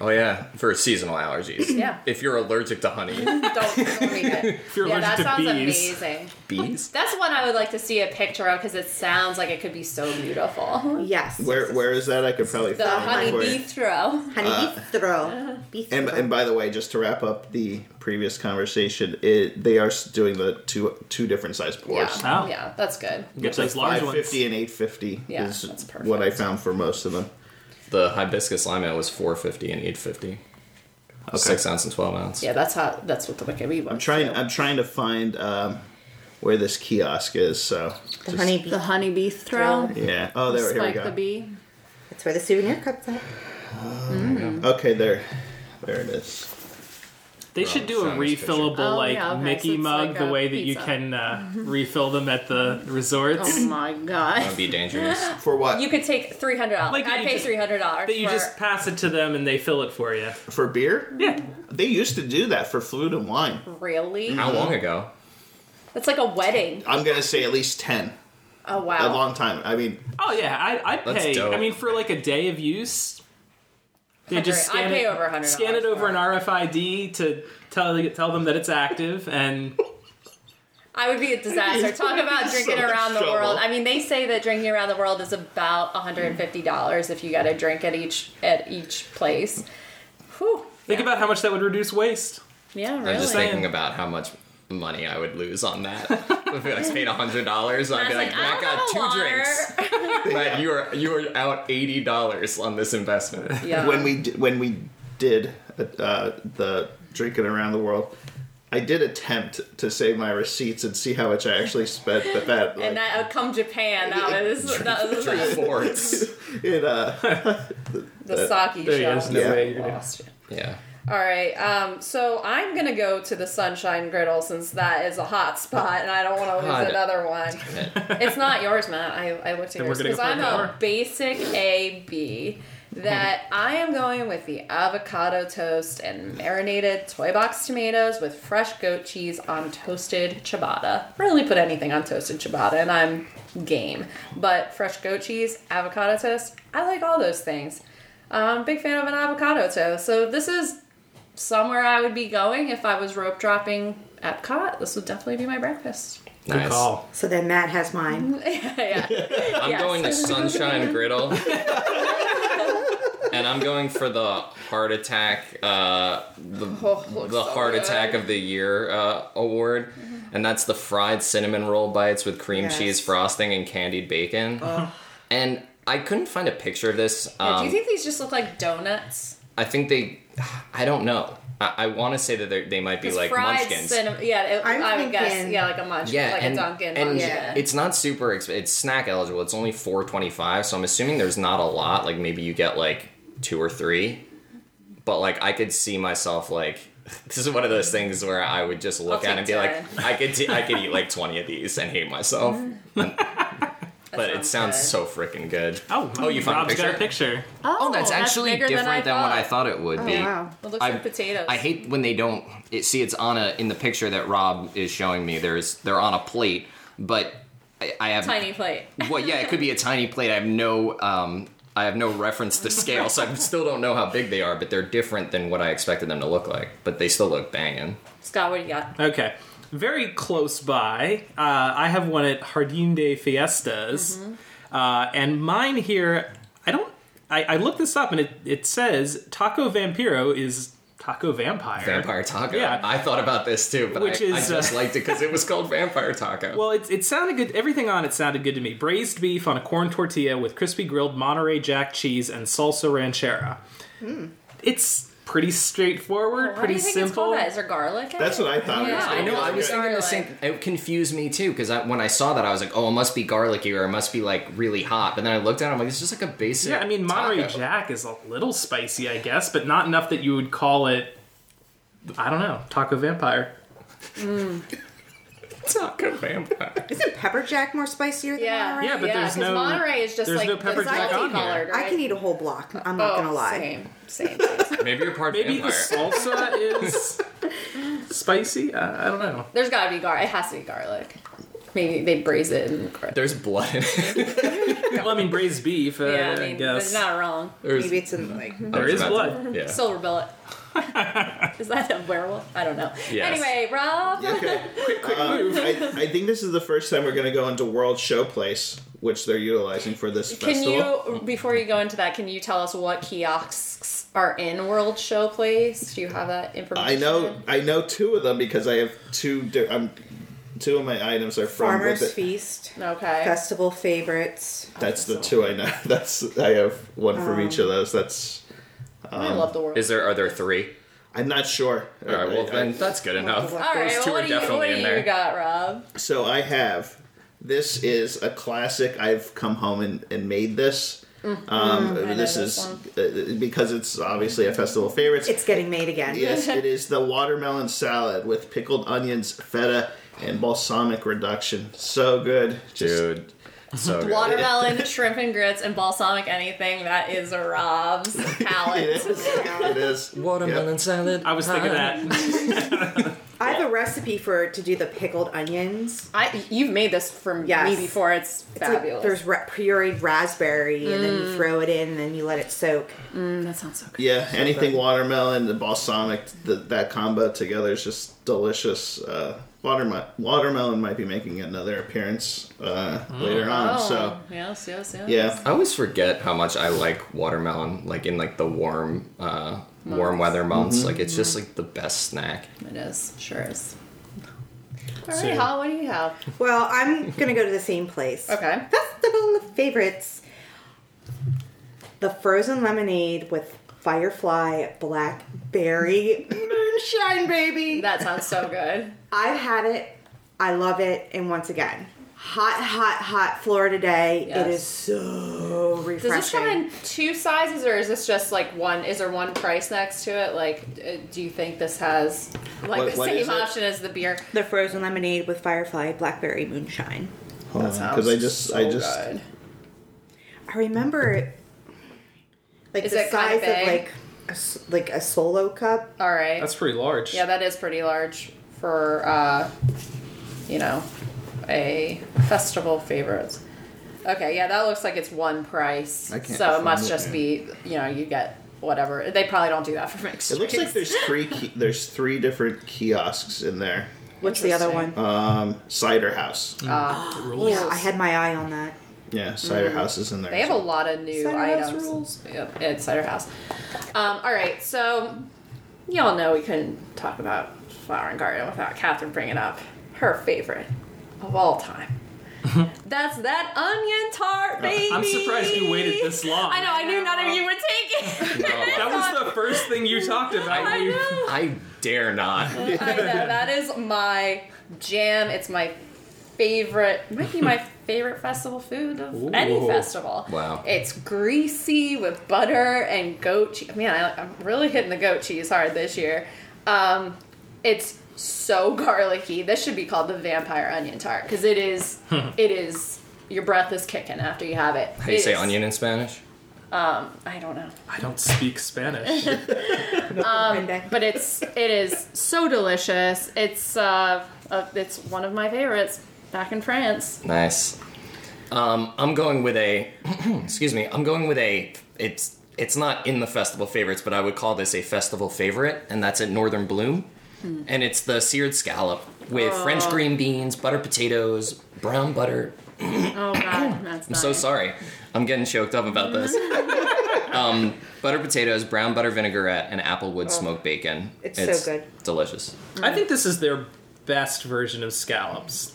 Speaker 5: oh yeah, for seasonal allergies.
Speaker 1: Yeah.
Speaker 5: If you're allergic to honey,
Speaker 1: Don't, don't eat it.
Speaker 4: If you're
Speaker 1: yeah, that
Speaker 4: allergic to
Speaker 1: sounds
Speaker 4: bees.
Speaker 1: amazing.
Speaker 5: bees.
Speaker 1: That's one I would like to see a picture of because it sounds like it could be so beautiful.
Speaker 2: Yes.
Speaker 3: where where is that? I could probably
Speaker 1: The
Speaker 3: find
Speaker 1: honey
Speaker 3: it for
Speaker 1: bee
Speaker 3: you.
Speaker 1: throw.
Speaker 2: honey beef throw. Beef
Speaker 3: uh, And,
Speaker 2: throw.
Speaker 3: and by the way, just to wrap up the previous conversation, it, they are s- doing the two two different size
Speaker 1: Yeah,
Speaker 3: pours.
Speaker 4: Wow.
Speaker 1: yeah, that's good.
Speaker 4: Get
Speaker 3: It's like
Speaker 4: those large ones.
Speaker 3: 550 and 850
Speaker 1: Yeah, that's
Speaker 3: is
Speaker 1: perfect.
Speaker 3: what I found for most of them.
Speaker 5: The hibiscus lime ale was 450 and 850. Six ounce and twelve ounce.
Speaker 1: Yeah, that's how. That's what the wicked bee
Speaker 3: I'm trying. I'm trying to find um, where this kiosk is. So
Speaker 2: the
Speaker 3: just-
Speaker 2: honey beef.
Speaker 1: honeybee throw.
Speaker 3: Yeah. Oh, there. Here we go.
Speaker 1: bee.
Speaker 2: That's where the souvenir cups at.
Speaker 3: Okay, there. There it is.
Speaker 4: They
Speaker 5: Wrong
Speaker 4: should do a
Speaker 5: sound is
Speaker 4: refillable
Speaker 1: picture. Oh,
Speaker 4: like
Speaker 1: yeah, okay, so
Speaker 4: Mickey
Speaker 1: it's
Speaker 4: mug
Speaker 1: like
Speaker 4: the
Speaker 1: a
Speaker 4: way that you
Speaker 1: pizza.
Speaker 4: can uh, refill them at the resorts.
Speaker 1: Oh my god.
Speaker 5: That would be dangerous.
Speaker 3: For what?
Speaker 1: You could take three hundred dollars.
Speaker 4: Like,
Speaker 1: I
Speaker 4: you
Speaker 1: pay
Speaker 4: just-
Speaker 1: three hundred dollars.
Speaker 4: That you just pass it to them and they fill it for you.
Speaker 3: for beer?
Speaker 4: Yeah.
Speaker 3: They used to do that for food and wine.
Speaker 1: really.
Speaker 5: How long ago?
Speaker 1: That's like a wedding.
Speaker 3: I'm gonna say at least ten.
Speaker 1: Oh
Speaker 3: A
Speaker 1: wow.
Speaker 3: long time. I mean,
Speaker 4: Oh yeah, I I
Speaker 5: That's
Speaker 4: pay.
Speaker 5: dope.
Speaker 4: I mean, for like a day of use, they just
Speaker 1: Hundred- I
Speaker 4: scan
Speaker 1: pay
Speaker 4: it,
Speaker 1: over $100
Speaker 4: scan it
Speaker 1: for
Speaker 4: over
Speaker 1: it.
Speaker 4: an RFID to tell tell them that it's active, and
Speaker 1: I would be a disaster. Talk about drinking
Speaker 3: So much
Speaker 1: around the
Speaker 3: trouble.
Speaker 1: world. I mean, they say that drinking around the world is about one hundred and fifty dollars if you got a drink at each at each place. Whew.
Speaker 4: think about how much that would reduce waste.
Speaker 1: Yeah,
Speaker 5: I'm
Speaker 1: really.
Speaker 5: just thinking about how much money I would lose on that. if I paid hundred dollars, I'd be
Speaker 1: I was like,
Speaker 5: like,
Speaker 1: I
Speaker 5: "Matt
Speaker 1: don't
Speaker 5: got
Speaker 1: have a
Speaker 5: two
Speaker 1: water."
Speaker 5: drinks. Matt, you are you are out eighty dollars on this investment."
Speaker 1: Yeah.
Speaker 3: when we di- when we did uh, the drinking around the world, I did attempt to save my receipts and see how much I actually spent, but that like,
Speaker 1: and that uh, come Japan. That was, that was
Speaker 5: Three fourths.
Speaker 3: it uh,
Speaker 1: the sake
Speaker 4: There he
Speaker 1: shop.
Speaker 4: is. No
Speaker 3: Yeah.
Speaker 4: way you're gonna-
Speaker 1: Lost you.
Speaker 5: Yeah.
Speaker 1: All right, um, so I'm gonna go to the Sunshine Griddle since that is a hot spot, and I don't want to lose
Speaker 5: God.
Speaker 1: another one. It's not yours, Matt. I, I looked at
Speaker 4: Then
Speaker 1: yours
Speaker 4: we're gonna
Speaker 1: because
Speaker 4: go for
Speaker 1: I'm
Speaker 4: another.
Speaker 1: a basic A B. That I am going with the avocado toast and marinated toy box tomatoes with fresh goat cheese on toasted ciabatta. Really put anything on toasted ciabatta, and I'm game. But fresh goat cheese, avocado toast, I like all those things. Um, big fan of an avocado toast. So this is somewhere I would be going if I was rope dropping Epcot. This would definitely be my breakfast.
Speaker 5: Nice.
Speaker 4: Good call.
Speaker 2: So then Matt has mine.
Speaker 1: yeah.
Speaker 5: I'm
Speaker 1: Yes.
Speaker 5: going to Sunshine Griddle. and I'm going for the heart attack, uh, the,
Speaker 1: Oh, it looks
Speaker 5: the
Speaker 1: so
Speaker 5: heart
Speaker 1: good. Mm-hmm.
Speaker 5: attack of the year uh, award, and that's the fried cinnamon roll bites with cream
Speaker 2: Yes.
Speaker 5: cheese frosting and candied bacon. And I couldn't find a picture of this. Um,
Speaker 1: Do you think these just look like donuts?
Speaker 5: I think they, I don't know. I, I want to say that they're- they might be
Speaker 1: 'Cause
Speaker 5: like
Speaker 1: fried
Speaker 5: munchkins.
Speaker 1: cinnamon- yeah, it,
Speaker 2: I'm
Speaker 1: I would guess.
Speaker 2: thinking-
Speaker 1: Yeah, like a munch,
Speaker 5: yeah,
Speaker 1: like
Speaker 5: and,
Speaker 1: a Dunkin'.
Speaker 5: and
Speaker 1: munchkin.
Speaker 2: yeah.
Speaker 5: it's not super. Exp- it's snack eligible. It's only four twenty five. So I'm assuming there's not a lot. Like maybe you get like two or three. But like I could see myself like this is one of those things where I would just look
Speaker 1: I'll
Speaker 5: at it and be
Speaker 1: take
Speaker 5: like I could t- I could eat like twenty of these and hate myself. but it
Speaker 1: sounds
Speaker 5: sounds so freaking good.
Speaker 4: Oh,
Speaker 5: oh, you found
Speaker 4: Rob's
Speaker 5: a picture.
Speaker 4: got a picture.
Speaker 5: Oh, that's, actually
Speaker 1: bigger
Speaker 5: different than, what I
Speaker 1: thought.
Speaker 5: thought it would be.
Speaker 2: wow.
Speaker 1: It looks
Speaker 5: I-
Speaker 1: like potatoes.
Speaker 5: I hate when they don't it, see it's on a in the picture that Rob is showing me. There's they're on a plate, but I, I have
Speaker 1: Tiny plate.
Speaker 5: well, yeah, it could be a tiny plate. I have no, um, I have no reference to scale, so I still don't know how big they are. But they're different than what I expected them to look like. But they still look banging.
Speaker 1: Scott, what do you got?
Speaker 4: Okay. Very close by, uh, I have one at Jardin de Fiestas.
Speaker 1: Mm-hmm.
Speaker 4: Uh, and mine here, I don't. I, I looked this up and it, it says Taco Vampiro is Taco Vampire.
Speaker 5: Vampire taco.
Speaker 4: Yeah.
Speaker 5: I thought about this too, but
Speaker 4: Which
Speaker 5: I, I
Speaker 4: is, uh,
Speaker 5: just liked it because it was called vampire taco.
Speaker 4: Well, it, it sounded good. Everything on it sounded good to me. Braised beef on a corn tortilla with crispy grilled Monterey Jack cheese and salsa ranchera. It's pretty straightforward,
Speaker 1: Hmm. Why
Speaker 4: pretty
Speaker 1: do you think it's
Speaker 4: simple.
Speaker 1: called that? Is there garlic? in
Speaker 3: That's
Speaker 1: it?
Speaker 3: what I thought.
Speaker 1: Yeah,
Speaker 5: I know. I was thinking the same. It confused me too because I, when I saw that, I was like, "Oh, it must be garlicky or it must be like really hot." But then I looked at it, I'm like, "It's just like a basic."
Speaker 4: Yeah, I mean Monterey
Speaker 5: taco.
Speaker 4: Jack is a little spicy, I guess, but not enough that you would call it. I don't know, taco vampire.
Speaker 5: taco vampire.
Speaker 2: Isn't pepper jack more spicier than
Speaker 1: Yeah,
Speaker 2: Monterey?
Speaker 4: Yeah, but there's
Speaker 1: 'cause
Speaker 4: no-
Speaker 1: Monterey is just
Speaker 4: there's
Speaker 1: like
Speaker 4: no pepper
Speaker 2: jack
Speaker 1: multi-colored,
Speaker 2: on
Speaker 4: here.
Speaker 1: Right?
Speaker 2: I can eat a whole block. I'm
Speaker 1: Oh,
Speaker 2: not gonna lie.
Speaker 1: Same, same. same.
Speaker 5: Maybe you're part
Speaker 4: Maybe the
Speaker 5: vampire.
Speaker 4: salsa is spicy. I, I don't know.
Speaker 1: There's got to be garlic. It has to be garlic. Maybe they braise it in garlic.
Speaker 5: There's blood in it.
Speaker 4: Well, I mean braised beef. Uh,
Speaker 1: Yeah, I mean,
Speaker 4: guess
Speaker 1: they're not wrong.
Speaker 5: There's,
Speaker 2: Maybe it's in like
Speaker 5: I was
Speaker 4: There is
Speaker 5: about
Speaker 4: blood.
Speaker 5: To, yeah.
Speaker 1: Silver bullet. is that a werewolf? I don't know.
Speaker 5: Yes.
Speaker 1: Anyway, Rob.
Speaker 3: Okay. Um, I, I think this is the first time we're going to go into World Showplace, which they're utilizing for this
Speaker 1: Can
Speaker 3: festival.
Speaker 1: you, before you go into that, can you tell us what kiosks are in World Showplace? Do you have that information?
Speaker 3: I know, I know two of them because I have two. Di- i two of my items are from.
Speaker 2: Farmer's
Speaker 3: with it.
Speaker 2: Feast.
Speaker 1: Okay.
Speaker 2: Festival favorites.
Speaker 3: That's the two I know. That's I have one from each
Speaker 1: Um.
Speaker 3: of those. That's
Speaker 1: I love the world.
Speaker 5: Is there? Are there three?
Speaker 3: I'm not sure.
Speaker 5: All right. Well,
Speaker 3: I- I-
Speaker 5: then that's good enough.
Speaker 1: All right,
Speaker 5: Those two
Speaker 1: well,
Speaker 5: are
Speaker 1: what do you, what
Speaker 5: definitely
Speaker 1: do
Speaker 5: in
Speaker 1: you
Speaker 5: there.
Speaker 1: got, Rob?
Speaker 3: So I have. This is a classic. I've come home and, and made this. Um,
Speaker 1: Mm-hmm. I know
Speaker 3: this
Speaker 1: this
Speaker 3: is uh, because it's obviously a festival favorite.
Speaker 2: It's getting made again.
Speaker 3: yes, it is the watermelon salad with pickled onions, feta, and balsamic reduction. So good, Just-
Speaker 5: Dude, so good.
Speaker 1: Watermelon, shrimp and grits, and balsamic anything. That is Rob's
Speaker 3: It
Speaker 1: palate.
Speaker 3: is. It is.
Speaker 5: Watermelon
Speaker 3: Yep.
Speaker 5: salad.
Speaker 4: I was thinking that.
Speaker 2: I have a recipe for to do the pickled onions.
Speaker 1: I, you've made this for
Speaker 2: Yes.
Speaker 1: me before. It's
Speaker 2: It's like
Speaker 1: fabulous. Mm.
Speaker 2: there's ra- pureed raspberry, and then you throw it in, and then you let it soak.
Speaker 1: that sounds so good.
Speaker 3: Yeah, anything watermelon, the balsamic, the, that combo together is just delicious. Uh, watermelon, watermelon might be making another appearance uh, later on. So
Speaker 1: Oh, yes, yes, yes.
Speaker 3: yeah,
Speaker 5: I always forget how much I like watermelon, like in like the warm, uh, warm weather months.
Speaker 4: Mm-hmm.
Speaker 5: Like it's just like the best snack.
Speaker 1: It is. Sure is. All right, Hal, what do you have?
Speaker 2: Well, I'm gonna go to the same place.
Speaker 1: Okay.
Speaker 2: Festival of favorites. The frozen lemonade with firefly blackberry moonshine, baby.
Speaker 1: That sounds so good.
Speaker 2: I've had it. I love it. And once again, hot, hot, hot Florida day.
Speaker 1: Yes.
Speaker 2: It is so refreshing.
Speaker 1: Does this come in two sizes, or is this just like one? Is there one price next to it? Like, uh, do you think this has like
Speaker 3: What-
Speaker 1: the
Speaker 3: what is
Speaker 1: same
Speaker 3: it?
Speaker 1: option as the beer?
Speaker 2: The frozen lemonade with firefly blackberry moonshine.
Speaker 3: because Uh, I just, I
Speaker 1: so
Speaker 3: just,
Speaker 1: good.
Speaker 2: I remember it, like
Speaker 1: Is
Speaker 2: the
Speaker 1: it kinda
Speaker 2: size
Speaker 1: big?
Speaker 2: of like a, s- like a solo cup.
Speaker 1: All right.
Speaker 4: That's pretty large.
Speaker 1: Yeah, that is pretty large for uh, you know a festival favorite. Okay, yeah, that looks like it's one price,
Speaker 3: I can't
Speaker 1: so it
Speaker 3: find
Speaker 1: must
Speaker 3: it,
Speaker 1: just
Speaker 3: yeah.
Speaker 1: be you know you get whatever. They probably don't do that for mixed.
Speaker 3: it looks like
Speaker 1: drinks.
Speaker 3: there's three, ki- there's three different kiosks in there.
Speaker 2: What's the other one?
Speaker 1: Interesting.
Speaker 3: Um, cider house,
Speaker 1: Uh,
Speaker 4: Rules.
Speaker 2: Yeah, I had my eye on that.
Speaker 3: yeah, cider house is in there.
Speaker 1: Mm. they have a
Speaker 3: as well.
Speaker 1: lot of new
Speaker 2: Cider House
Speaker 1: items
Speaker 2: rules.
Speaker 1: Yep, at Cider House. Um, all right, so y'all know we couldn't talk about Flower and Garden without Catherine bringing up her favorite of all time. That's that onion tart, baby.
Speaker 4: I'm surprised you waited this long.
Speaker 1: I know. I knew none of you would take it.
Speaker 4: That was the first thing you talked about.
Speaker 1: I
Speaker 4: You-
Speaker 1: know.
Speaker 5: I dare not.
Speaker 1: I know. That is my jam. It's my favorite. Might be my favorite festival food of any
Speaker 4: Ooh.
Speaker 1: festival.
Speaker 5: Wow.
Speaker 1: It's greasy with butter and goat cheese. Man, I, I'm really hitting the goat cheese hard this year. Um, it's so garlicky. This should be called the vampire onion tart because it is. it is. Your breath is kicking after you have it.
Speaker 5: How do you
Speaker 1: It
Speaker 5: say
Speaker 1: is- um,
Speaker 5: onion in Spanish?
Speaker 1: I don't know.
Speaker 4: I don't speak Spanish.
Speaker 1: Um, but it's it is so delicious. It's uh, uh it's one of my favorites. Back in France.
Speaker 5: Nice. Um, I'm going with a. excuse me. I'm going with a. It's it's not in the festival favorites, but I would call this a festival favorite, and that's at Northern Bloom,
Speaker 2: Hmm.
Speaker 5: and it's the seared scallop with
Speaker 2: Oh.
Speaker 5: French green beans, butter potatoes, brown butter.
Speaker 1: Oh god, that's
Speaker 5: I'm so sorry. I'm getting choked up about this. um, butter potatoes, brown butter vinaigrette, and applewood smoked bacon.
Speaker 2: Oh. It's so good.
Speaker 5: Delicious.
Speaker 4: I think this is their best version of scallops.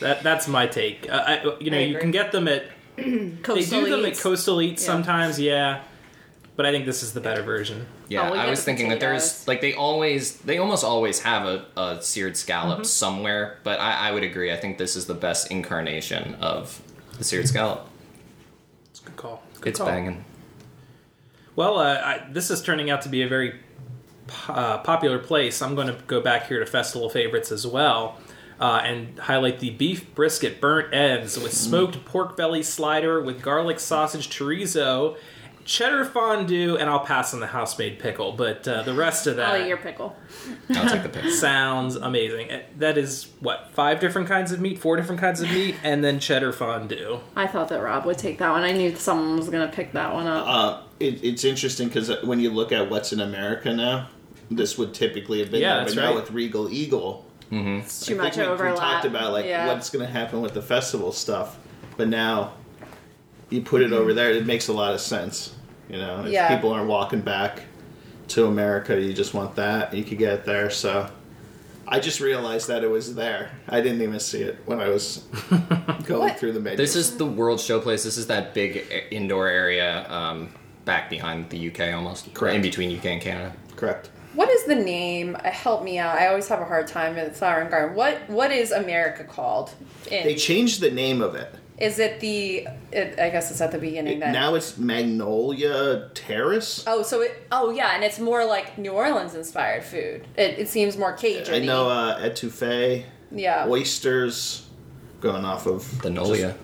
Speaker 4: That that's my take. Uh, I, you know,
Speaker 1: I
Speaker 4: you
Speaker 1: agree.
Speaker 4: can get them at they do them at Coastal Eats
Speaker 1: Yeah.
Speaker 4: sometimes, yeah. But I think this is the better version.
Speaker 5: Yeah,
Speaker 1: Oh, we
Speaker 5: I
Speaker 1: got
Speaker 5: was
Speaker 1: the
Speaker 5: thinking that there's
Speaker 1: potatoes.
Speaker 5: like they always they almost always have a, a seared scallop
Speaker 1: Mm-hmm.
Speaker 5: somewhere, but I, I would agree. I think this is the best incarnation of the seared scallop.
Speaker 4: It's a good call. Good
Speaker 5: It's
Speaker 4: call.
Speaker 5: banging.
Speaker 4: Well, uh, I, this is turning out to be a very po- uh, popular place. I'm going to go back here to festival favorites as well. Uh, and highlight the beef brisket burnt ends with
Speaker 5: Mm.
Speaker 4: smoked pork belly slider with garlic sausage chorizo, cheddar fondue, and I'll pass on the house made pickle. But uh, the rest of that
Speaker 1: I'll eat your pickle.
Speaker 5: I'll take the pick.
Speaker 4: sounds amazing. Uh, That is what five different kinds of meat, four different kinds of meat, and then cheddar fondue.
Speaker 1: I thought that Rob would take that one. I knew someone was gonna pick that one up.
Speaker 3: Uh, it, it's interesting because when you look at what's in America now, this would typically have been
Speaker 4: Yeah,
Speaker 3: there,
Speaker 4: that's
Speaker 3: but now
Speaker 4: right.
Speaker 3: with Regal Eagle,
Speaker 1: it's too
Speaker 3: I
Speaker 1: much
Speaker 3: think we, we
Speaker 1: overlap.
Speaker 3: talked about like
Speaker 1: yeah.
Speaker 3: what's going to happen with the festival stuff, but now you put it over there, it makes a lot of sense. You know, if
Speaker 1: Yeah.
Speaker 3: people aren't walking back to America, you just want that. You could get it there. So I just realized that it was there. I didn't even see it when I was going
Speaker 1: What?
Speaker 3: through the menu.
Speaker 5: This is the world showplace. This is that big a- indoor area um, back behind the UK almost.
Speaker 3: Correct.
Speaker 5: In between UK and Canada.
Speaker 3: correct.
Speaker 1: What is the name? Uh, Help me out. I always have a hard time in Flower and Garden. What What is America called? In,
Speaker 3: They changed the name of it.
Speaker 1: is it the? It, I guess it's at the beginning.
Speaker 3: It-
Speaker 1: then.
Speaker 3: now it's Magnolia Terrace.
Speaker 1: Oh, so it. Oh, yeah, and it's more like New Orleans inspired food. It, it seems more Cajun.
Speaker 3: I know uh, etouffee,
Speaker 1: Yeah.
Speaker 3: oysters, going off of
Speaker 5: The Nolia.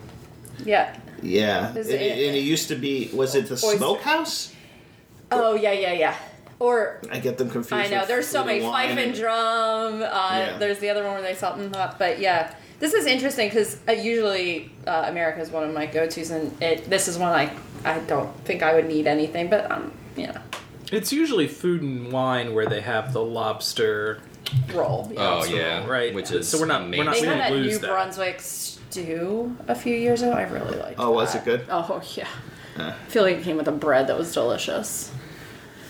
Speaker 1: yeah.
Speaker 3: yeah, and
Speaker 1: Is
Speaker 3: it,
Speaker 1: it-
Speaker 3: and it used to be was it the
Speaker 1: Oyster-
Speaker 3: smokehouse?
Speaker 1: Oh, yeah, yeah, yeah. Or
Speaker 3: I get them confused.
Speaker 1: I know
Speaker 3: with
Speaker 1: there's so
Speaker 3: Food
Speaker 1: many
Speaker 3: and
Speaker 1: fife
Speaker 3: Wine.
Speaker 1: and drum. Uh, There's the other one where they salt them up, but yeah, this is interesting because uh, usually uh, America is one of my go-to's, and it this is one I I don't think I would need anything, but um you know
Speaker 4: It's usually food and wine where they have the lobster,
Speaker 1: roll. you know.
Speaker 5: Oh yeah.
Speaker 4: right?
Speaker 5: Which is
Speaker 4: so we're not we're not
Speaker 1: they
Speaker 5: amazing.
Speaker 1: had
Speaker 4: going
Speaker 1: that
Speaker 4: to lose
Speaker 1: New
Speaker 4: that.
Speaker 1: Brunswick stew a few years ago. I really liked.
Speaker 3: Oh, was
Speaker 1: that.
Speaker 3: it good? Uh.
Speaker 1: Oh yeah. I feel like it came with a bread that was delicious.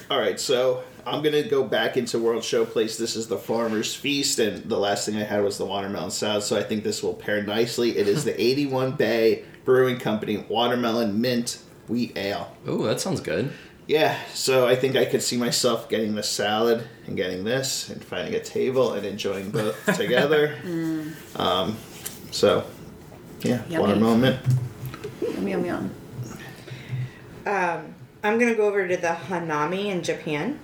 Speaker 3: All right, so I'm gonna go back into World Showplace. This is the Farmer's Feast, and the last thing I had was the watermelon salad. So I think this will pair nicely. It is the 81 Bay Brewing Company watermelon mint wheat ale.
Speaker 5: Ooh, that sounds good.
Speaker 3: Yeah, so I think I could see myself getting the salad and getting this and finding a table and enjoying both together. Um, so, yeah,
Speaker 1: Mm. Yummy.
Speaker 3: water moment.
Speaker 1: Yum yum yum.
Speaker 2: I'm gonna go over to the Hanami in Japan,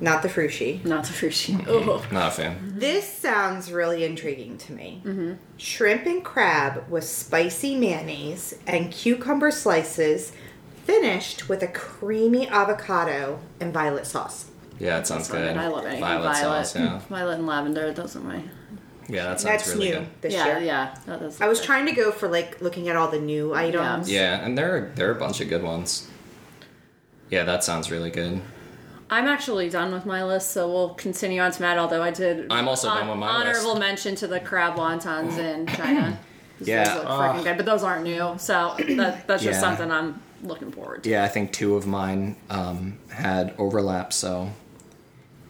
Speaker 2: not the Frushi.
Speaker 1: Not to frushi. Oh.
Speaker 5: Not a fan.
Speaker 2: This sounds really intriguing to me.
Speaker 1: Mm-hmm.
Speaker 2: Shrimp and crab with spicy mayonnaise and cucumber slices, finished with a creamy avocado and violet sauce.
Speaker 5: Yeah, it sounds good.
Speaker 1: I love anything
Speaker 5: Violet,
Speaker 1: violet.
Speaker 5: sauce. Yeah.
Speaker 1: Violet and lavender, those are my.
Speaker 5: Yeah, that sounds
Speaker 2: That's
Speaker 5: really
Speaker 2: new
Speaker 5: good.
Speaker 2: this
Speaker 1: yeah,
Speaker 2: year.
Speaker 1: yeah. That is
Speaker 2: I was
Speaker 1: good.
Speaker 2: trying to go for like looking at all the new items.
Speaker 5: Yeah, and there are there are a bunch of good ones. Yeah, that sounds really good.
Speaker 1: I'm actually done with my list, so we'll continue on to Matt. Although I did,
Speaker 5: I'm also done with my
Speaker 1: honorable mention to the crab wontons in China.
Speaker 5: Yeah,
Speaker 1: those look freaking good, but those aren't new, so that, that's just
Speaker 5: Yeah.
Speaker 1: something I'm looking forward to.
Speaker 5: Yeah, I think two of mine um, had overlap, so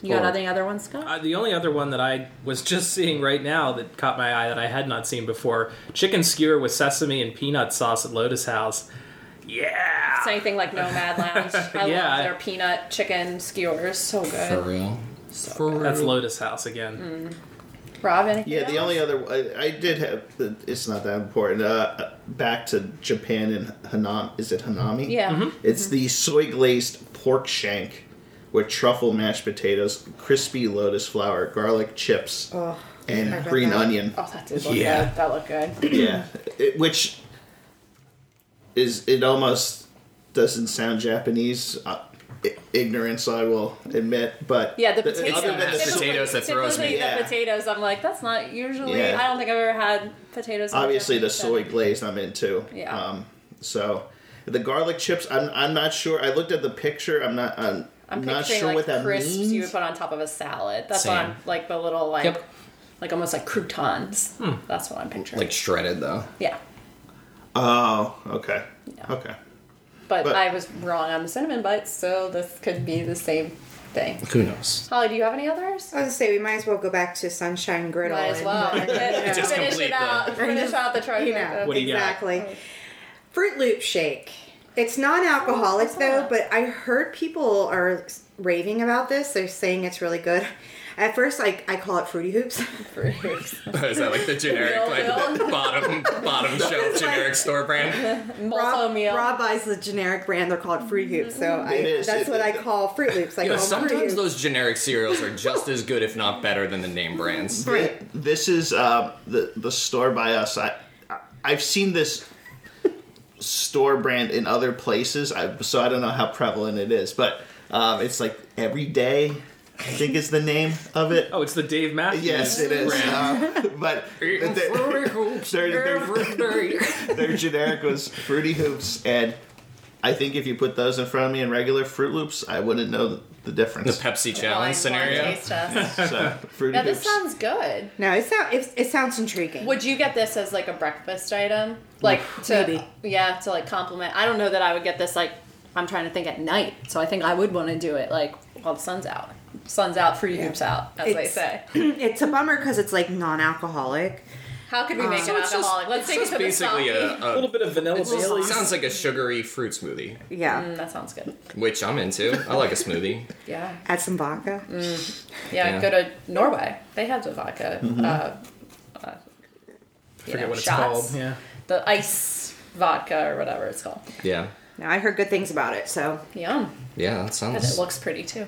Speaker 1: You got
Speaker 5: Or-
Speaker 1: any other ones, Scott?
Speaker 2: Ah.
Speaker 4: Uh, the only other one that I was just seeing right now that caught my eye that I had not seen before: chicken skewer with sesame and peanut sauce at Lotus House. Yeah,
Speaker 1: It's anything like Nomad Lounge. I
Speaker 4: Yeah.
Speaker 1: love their peanut chicken skewers, so good.
Speaker 5: for real. for real.
Speaker 4: that's Lotus House
Speaker 1: Mm.
Speaker 4: again.
Speaker 1: Rob, anything?
Speaker 3: Yeah, the
Speaker 1: else?
Speaker 3: only other I, I did have. It's not that important. Uh, back to Japan and Hanami. Is it Hanami?
Speaker 1: Yeah.
Speaker 3: It's the soy glazed pork shank with truffle mashed potatoes, crispy lotus flower, garlic chips,
Speaker 2: Ugh. I
Speaker 3: and
Speaker 2: bet
Speaker 3: green
Speaker 2: that-
Speaker 3: onion.
Speaker 1: Oh, that did look
Speaker 5: Yeah.
Speaker 1: good. That looked good.
Speaker 3: yeah, it, which is it almost doesn't sound Japanese. Uh, i- ignorance, I will admit. But
Speaker 1: Yeah, the
Speaker 3: th-
Speaker 1: potatoes.
Speaker 5: other than the
Speaker 1: Typically-
Speaker 5: potatoes that throws me.
Speaker 1: typically the
Speaker 3: Yeah.
Speaker 1: potatoes. I'm like, that's not usually.
Speaker 3: Yeah.
Speaker 1: I don't think I've ever had potatoes. in a
Speaker 3: obviously the soy
Speaker 1: Japanese setting.
Speaker 3: glaze I'm into.
Speaker 1: Yeah.
Speaker 3: Um, so the garlic chips, I'm I'm not sure. I looked at the picture. I'm not I'm,
Speaker 1: I'm
Speaker 3: not
Speaker 1: picturing
Speaker 3: sure
Speaker 1: like
Speaker 3: what that
Speaker 1: crisps
Speaker 3: means.
Speaker 1: you would put on top of a salad. That's
Speaker 5: Same.
Speaker 1: what I'm like the little like,
Speaker 5: Yep.
Speaker 1: like almost like croutons. That's what I'm picturing.
Speaker 5: Like shredded though.
Speaker 1: yeah,
Speaker 3: oh, okay.
Speaker 1: Yeah.
Speaker 3: Okay.
Speaker 1: but,
Speaker 3: but-
Speaker 1: I was wrong on the cinnamon bites, so this could be the same thing.
Speaker 5: Who knows?
Speaker 1: Holly, do you have any others?
Speaker 2: I was gonna say we might as well go back to Sunshine Griddle.
Speaker 1: Might as
Speaker 2: and-
Speaker 1: well finish
Speaker 4: Just
Speaker 1: it
Speaker 4: complete
Speaker 1: out. Finish out the trifecta.
Speaker 2: You know,
Speaker 4: What do you got?
Speaker 2: exactly. Fruit Loop shake. It's non-alcoholic though, but I heard people are raving about this. They're saying it's really good. At first, I, I call it fruity hoops.
Speaker 5: Is that like the generic like
Speaker 1: Real deal.
Speaker 5: bottom bottom shelf generic store brand?
Speaker 1: Multi
Speaker 2: Rob,
Speaker 1: meal. Mm-hmm.
Speaker 2: Rob buys the generic brand. They're called Fruit Hoops, so I,
Speaker 3: It is.
Speaker 2: that's
Speaker 3: It-
Speaker 2: what I
Speaker 3: it-
Speaker 2: call Fruit Loops. I
Speaker 5: You know,
Speaker 2: call them Fruit
Speaker 5: sometimes
Speaker 2: Hoops.
Speaker 5: those generic cereals are just as good, if not better, than the name brands.
Speaker 2: Right.
Speaker 3: This is uh, the the store by us. I, I I've seen this store brand in other places. I, so I don't know how prevalent it is, but um, it's like every day. I think is the name of it.
Speaker 4: Oh, it's the Dave Matthews.
Speaker 3: Yes, it is. Uh, but
Speaker 5: Eating
Speaker 3: they-
Speaker 5: Fruity Hoops
Speaker 3: they're- they're-
Speaker 5: every day.
Speaker 3: their generic was fruity hoops and i think if you put those in front of me in regular fruit loops i wouldn't know the
Speaker 5: The
Speaker 3: difference
Speaker 5: Pepsi
Speaker 1: Blind
Speaker 5: challenge scenario.
Speaker 1: taste test.
Speaker 3: so fruity
Speaker 1: Now this
Speaker 3: hoops
Speaker 1: sounds good.
Speaker 2: No, it sounds it, it sounds intriguing.
Speaker 1: Would you get this as like a breakfast item? Like to
Speaker 2: Maybe.
Speaker 1: yeah, to like compliment. I don't know that I would get this like I'm trying to think at night. So I think I would want to do it like while the sun's out. Sun's out, free hoops out, as they
Speaker 2: It's-
Speaker 1: say.
Speaker 2: it's a bummer because it's like non-alcoholic.
Speaker 1: How could we make
Speaker 2: So
Speaker 1: it
Speaker 5: It's just-
Speaker 1: alcoholic? Let's
Speaker 5: it's
Speaker 1: take it
Speaker 5: just
Speaker 1: to the top.
Speaker 5: basically a,
Speaker 4: A little
Speaker 5: a
Speaker 4: bit of vanilla
Speaker 5: it's-
Speaker 4: Baileys.
Speaker 5: sounds like a sugary fruit smoothie,
Speaker 2: Yeah,
Speaker 1: Mm, that sounds good.
Speaker 5: which I'm into. I like a smoothie.
Speaker 1: Yeah.
Speaker 2: add some vodka.
Speaker 1: Mm. Yeah,
Speaker 5: Yeah.
Speaker 1: go to Norway. They have the vodka. Uh, uh, you
Speaker 4: Forget
Speaker 1: know,
Speaker 4: what it's
Speaker 1: shots.
Speaker 4: called. Yeah.
Speaker 1: The ice vodka or whatever it's called.
Speaker 5: Yeah,
Speaker 2: No, I heard good things about it, so
Speaker 1: Yum.
Speaker 5: yeah, that
Speaker 1: And it
Speaker 5: sounds.
Speaker 1: looks pretty too.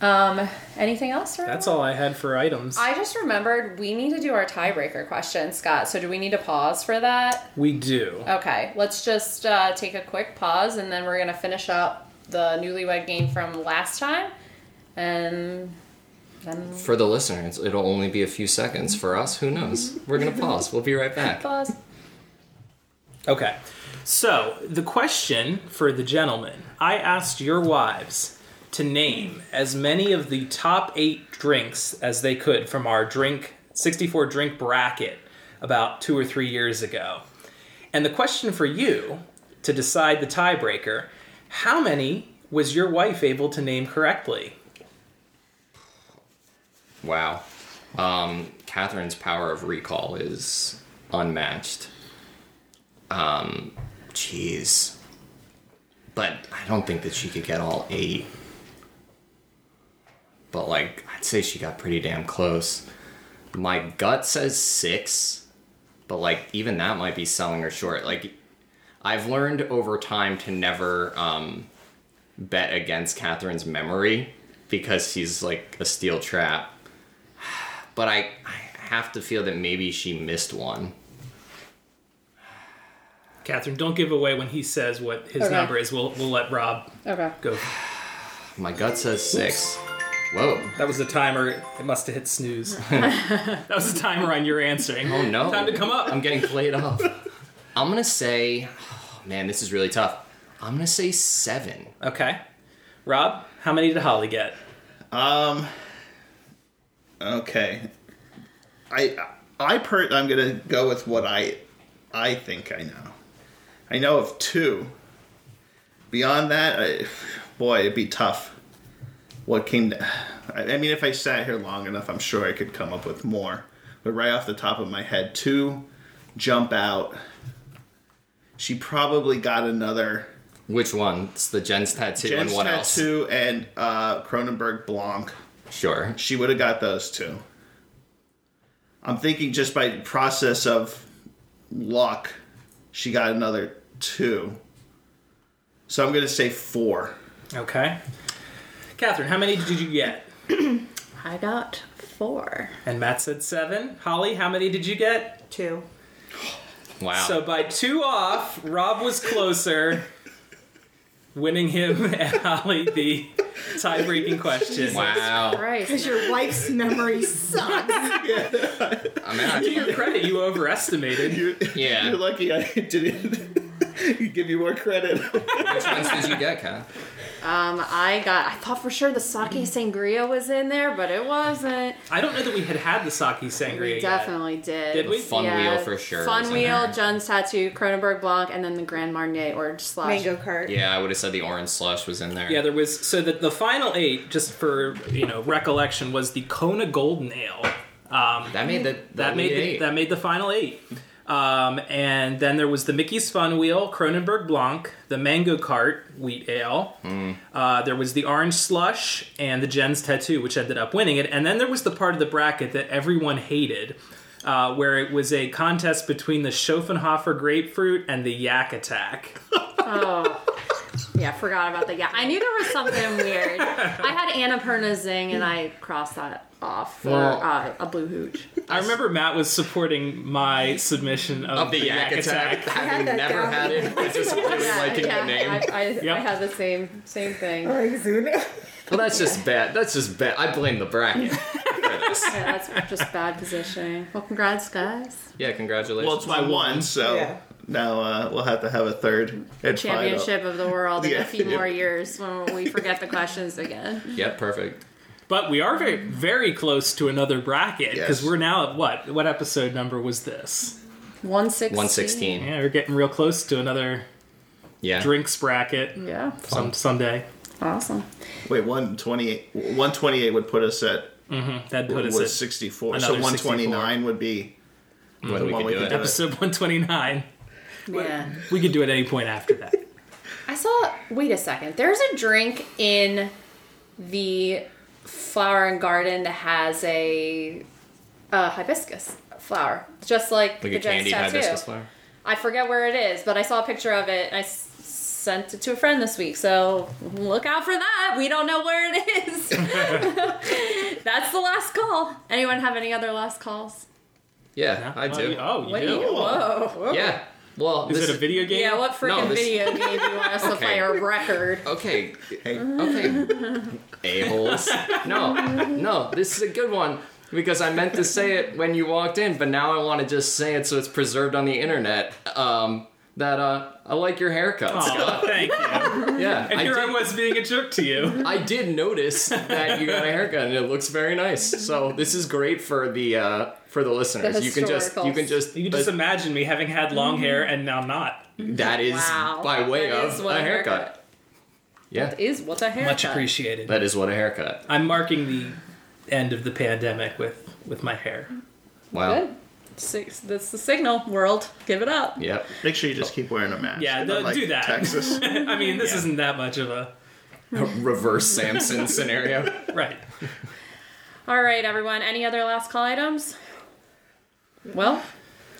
Speaker 1: Um, anything else? for
Speaker 4: That's
Speaker 1: everyone?
Speaker 4: all I had for items.
Speaker 1: I just remembered we need to do our tiebreaker question, Scott. So do we need to pause for that?
Speaker 4: we do.
Speaker 1: Okay, let's just uh, take a quick pause, and then we're gonna finish up the newlywed game from last time, and then
Speaker 5: For the listeners, it'll only be a few seconds. For us, who knows? We're gonna pause. We'll be right back.
Speaker 1: pause.
Speaker 4: Okay. So, the question for the gentleman I asked your wives to name as many of the top eight drinks as they could from our drink 64 drink bracket about two or three years ago. And the question for you to decide the tiebreaker how many was your wife able to name correctly?
Speaker 5: Wow, um, Catherine's power of recall is unmatched. Um, jeez, but I don't think that she could get all eight. But like, I'd say she got pretty damn close. My gut says six, but like, even that might be selling her short. Like, I've learned over time to never um, bet against Catherine's memory because she's like a steel trap. But I, I have to feel that maybe she missed one.
Speaker 4: Catherine, don't give away when he says what his
Speaker 1: Okay.
Speaker 4: number is. We'll, we'll let Rob
Speaker 1: Okay.
Speaker 4: go.
Speaker 5: My gut says six. Whoa.
Speaker 4: That was the timer. It must have hit snooze. that was the timer on your answering.
Speaker 5: Oh no.
Speaker 4: Time to come up.
Speaker 5: I'm getting played off. I'm gonna say, oh, man, this is really tough. I'm gonna say seven.
Speaker 4: Okay. Rob, how many did Holly get?
Speaker 3: okay i i per i'm gonna go with what i i think i know i know of two beyond that I, boy it'd be tough what came to, I, I mean if i sat here long enough i'm sure i could come up with more but right off the top of my head two jump out she probably got another
Speaker 5: Which one? It's the Jen's tattoo
Speaker 3: Jen's
Speaker 5: and what else?
Speaker 3: tattoo and uh, Cronenberg Blanc.
Speaker 5: Sure.
Speaker 3: She would have got those two. I'm thinking just by process of luck, she got another two. So I'm gonna say four.
Speaker 4: Okay. Catherine, how many did you get?
Speaker 1: I got four.
Speaker 4: And Matt said seven. Holly, how many did you get?
Speaker 2: two.
Speaker 5: Wow.
Speaker 4: So by two off, Rob was closer. winning him and Holly the tie-breaking question.
Speaker 5: Wow.
Speaker 1: Christ.
Speaker 2: Because your wife's memory sucks.
Speaker 5: I mean,
Speaker 4: To
Speaker 5: I-
Speaker 4: your credit, you overestimated.
Speaker 3: You,
Speaker 5: Yeah.
Speaker 3: You're lucky I didn't give you more credit.
Speaker 5: which ones did you get, Kat?
Speaker 1: Um, I got. I thought for sure the sake sangria was in there, but it wasn't.
Speaker 4: I don't know that we had had the sake sangria
Speaker 1: We
Speaker 4: yet.
Speaker 1: definitely did.
Speaker 4: Did we?
Speaker 5: Fun wheel for sure was
Speaker 1: Fun
Speaker 5: in
Speaker 1: wheel,
Speaker 5: there.
Speaker 1: John's tattoo, Cronenberg Blanc, and then the Grand Marnier or slash.
Speaker 2: Mango cart.
Speaker 5: Yeah, I would have said the orange slush was in there.
Speaker 4: Yeah, there was so that the final eight, just for you know recollection, was the Kona Golden Ale. Um,
Speaker 5: that made the
Speaker 4: that made
Speaker 5: elite
Speaker 4: the,
Speaker 5: eight.
Speaker 4: that made the final eight. Um, and then there was the Mickey's Fun Wheel, Cronenberg Blanc, the Mango Cart Wheat Ale. Uh, there was the Orange Slush and the Jen's Tattoo, which ended up winning it. And then there was the part of the bracket that everyone hated, uh, where it was a contest between the Schopenhofer Grapefruit and the Yak Attack.
Speaker 1: Oh. Yeah, forgot about that. Yeah, I knew there was something weird. I had Annapurna Zing, and I crossed that off for
Speaker 5: Well-
Speaker 1: uh, a blue hooch.
Speaker 4: I remember Matt was supporting my submission of,
Speaker 5: of the yak attack, having
Speaker 2: that
Speaker 5: never
Speaker 2: down.
Speaker 5: had it, but just really liking
Speaker 1: yeah,
Speaker 5: the name.
Speaker 1: I, I, I
Speaker 4: Yep.
Speaker 1: had the same same thing. Yeah,
Speaker 2: Like Zuna.
Speaker 5: well, that's just bad. That's just bad. I blame the bracket. for this.
Speaker 1: that's just bad positioning. Well, congrats, guys.
Speaker 5: Yeah, congratulations.
Speaker 3: Well, it's my one, so
Speaker 2: Yeah.
Speaker 3: now uh, we'll have to have a third and final.
Speaker 1: Championship of the world in
Speaker 3: Yeah.
Speaker 1: a few more years when we forget the questions again.
Speaker 5: yep, perfect.
Speaker 4: But we are very, very close to another bracket because
Speaker 3: Yes.
Speaker 4: we're now at what? What episode number was this?
Speaker 1: 116.
Speaker 5: One sixteen.
Speaker 4: Yeah, we're getting real close to another
Speaker 5: Yeah.
Speaker 4: drinks bracket
Speaker 1: Yeah.
Speaker 4: some someday.
Speaker 1: Awesome.
Speaker 3: Wait, 128, 128 would put us at
Speaker 4: That put
Speaker 3: was
Speaker 4: us at
Speaker 3: 64. So
Speaker 4: another
Speaker 3: 129 would be
Speaker 5: When we
Speaker 3: Well,
Speaker 5: could
Speaker 3: we
Speaker 5: do
Speaker 3: could
Speaker 5: it.
Speaker 3: do it.
Speaker 4: episode one twenty nine.
Speaker 1: Man.
Speaker 4: We could do it any point after that.
Speaker 1: I saw. Wait a second. There's a drink in the flower and garden that has a, a hibiscus flower, just like,
Speaker 5: Like
Speaker 1: the
Speaker 5: a
Speaker 1: Jen's
Speaker 5: candied
Speaker 1: tattoo.
Speaker 5: hibiscus flower. I
Speaker 1: I forget where it is, but I saw a picture of it and I s- sent it to a friend this week. So look out for that. We don't know where it is. That's the last call. Anyone have any other last calls?
Speaker 5: Yeah, I
Speaker 4: Well,
Speaker 5: do.
Speaker 4: you- Oh, you
Speaker 1: What do
Speaker 4: do.
Speaker 1: you? Whoa. whoa.
Speaker 5: Yeah. Well,
Speaker 4: Is
Speaker 5: this
Speaker 4: it a video game?
Speaker 1: Yeah, what freaking
Speaker 5: this-
Speaker 1: video game do you want us to
Speaker 5: Okay.
Speaker 1: play a record?
Speaker 5: Okay.
Speaker 3: Hey.
Speaker 5: Okay. A-holes. No, no, this is a good one because I meant to say it when you walked in, but now I want to just say it so it's preserved on the internet. Um, that uh, I like your haircut, Scott.
Speaker 4: Aw, thank you.
Speaker 5: Yeah,
Speaker 4: And
Speaker 5: I
Speaker 4: here
Speaker 5: did,
Speaker 4: I was being a jerk to you.
Speaker 5: I did notice that you got a haircut and it looks very nice. So this is great for the uh, for the listeners. you can just you can just,
Speaker 4: You can just imagine me having had long hair and now not.
Speaker 5: that is
Speaker 1: Wow.
Speaker 5: by way
Speaker 1: That
Speaker 5: of
Speaker 1: is
Speaker 5: a
Speaker 1: what
Speaker 5: haircut.
Speaker 1: a haircut.
Speaker 5: Yeah,
Speaker 1: Is what the hair?
Speaker 4: Much appreciated.
Speaker 5: that is what a haircut.
Speaker 4: I'm marking the end of the pandemic with with my hair.
Speaker 5: Wow.
Speaker 1: Good. Six, that's the signal world. Give it up.
Speaker 5: Yep.
Speaker 3: Make sure you just keep wearing a mask.
Speaker 4: Yeah,
Speaker 3: Not
Speaker 4: no,
Speaker 3: like
Speaker 4: do that.
Speaker 3: Texas.
Speaker 4: I mean, this isn't that much of a
Speaker 5: reverse Samson scenario.
Speaker 4: right.
Speaker 1: All right, everyone. Any other last call items? Well,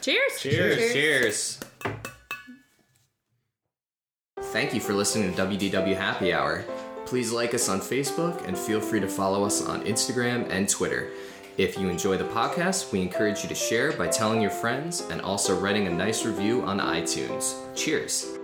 Speaker 1: cheers.
Speaker 5: Cheers. Cheers. Thank you for listening to WDW Happy Hour. Please like us on Facebook and feel free to follow us on Instagram and Twitter. If you enjoy the podcast, we encourage you to share by telling your friends and also writing a nice review on iTunes. Cheers.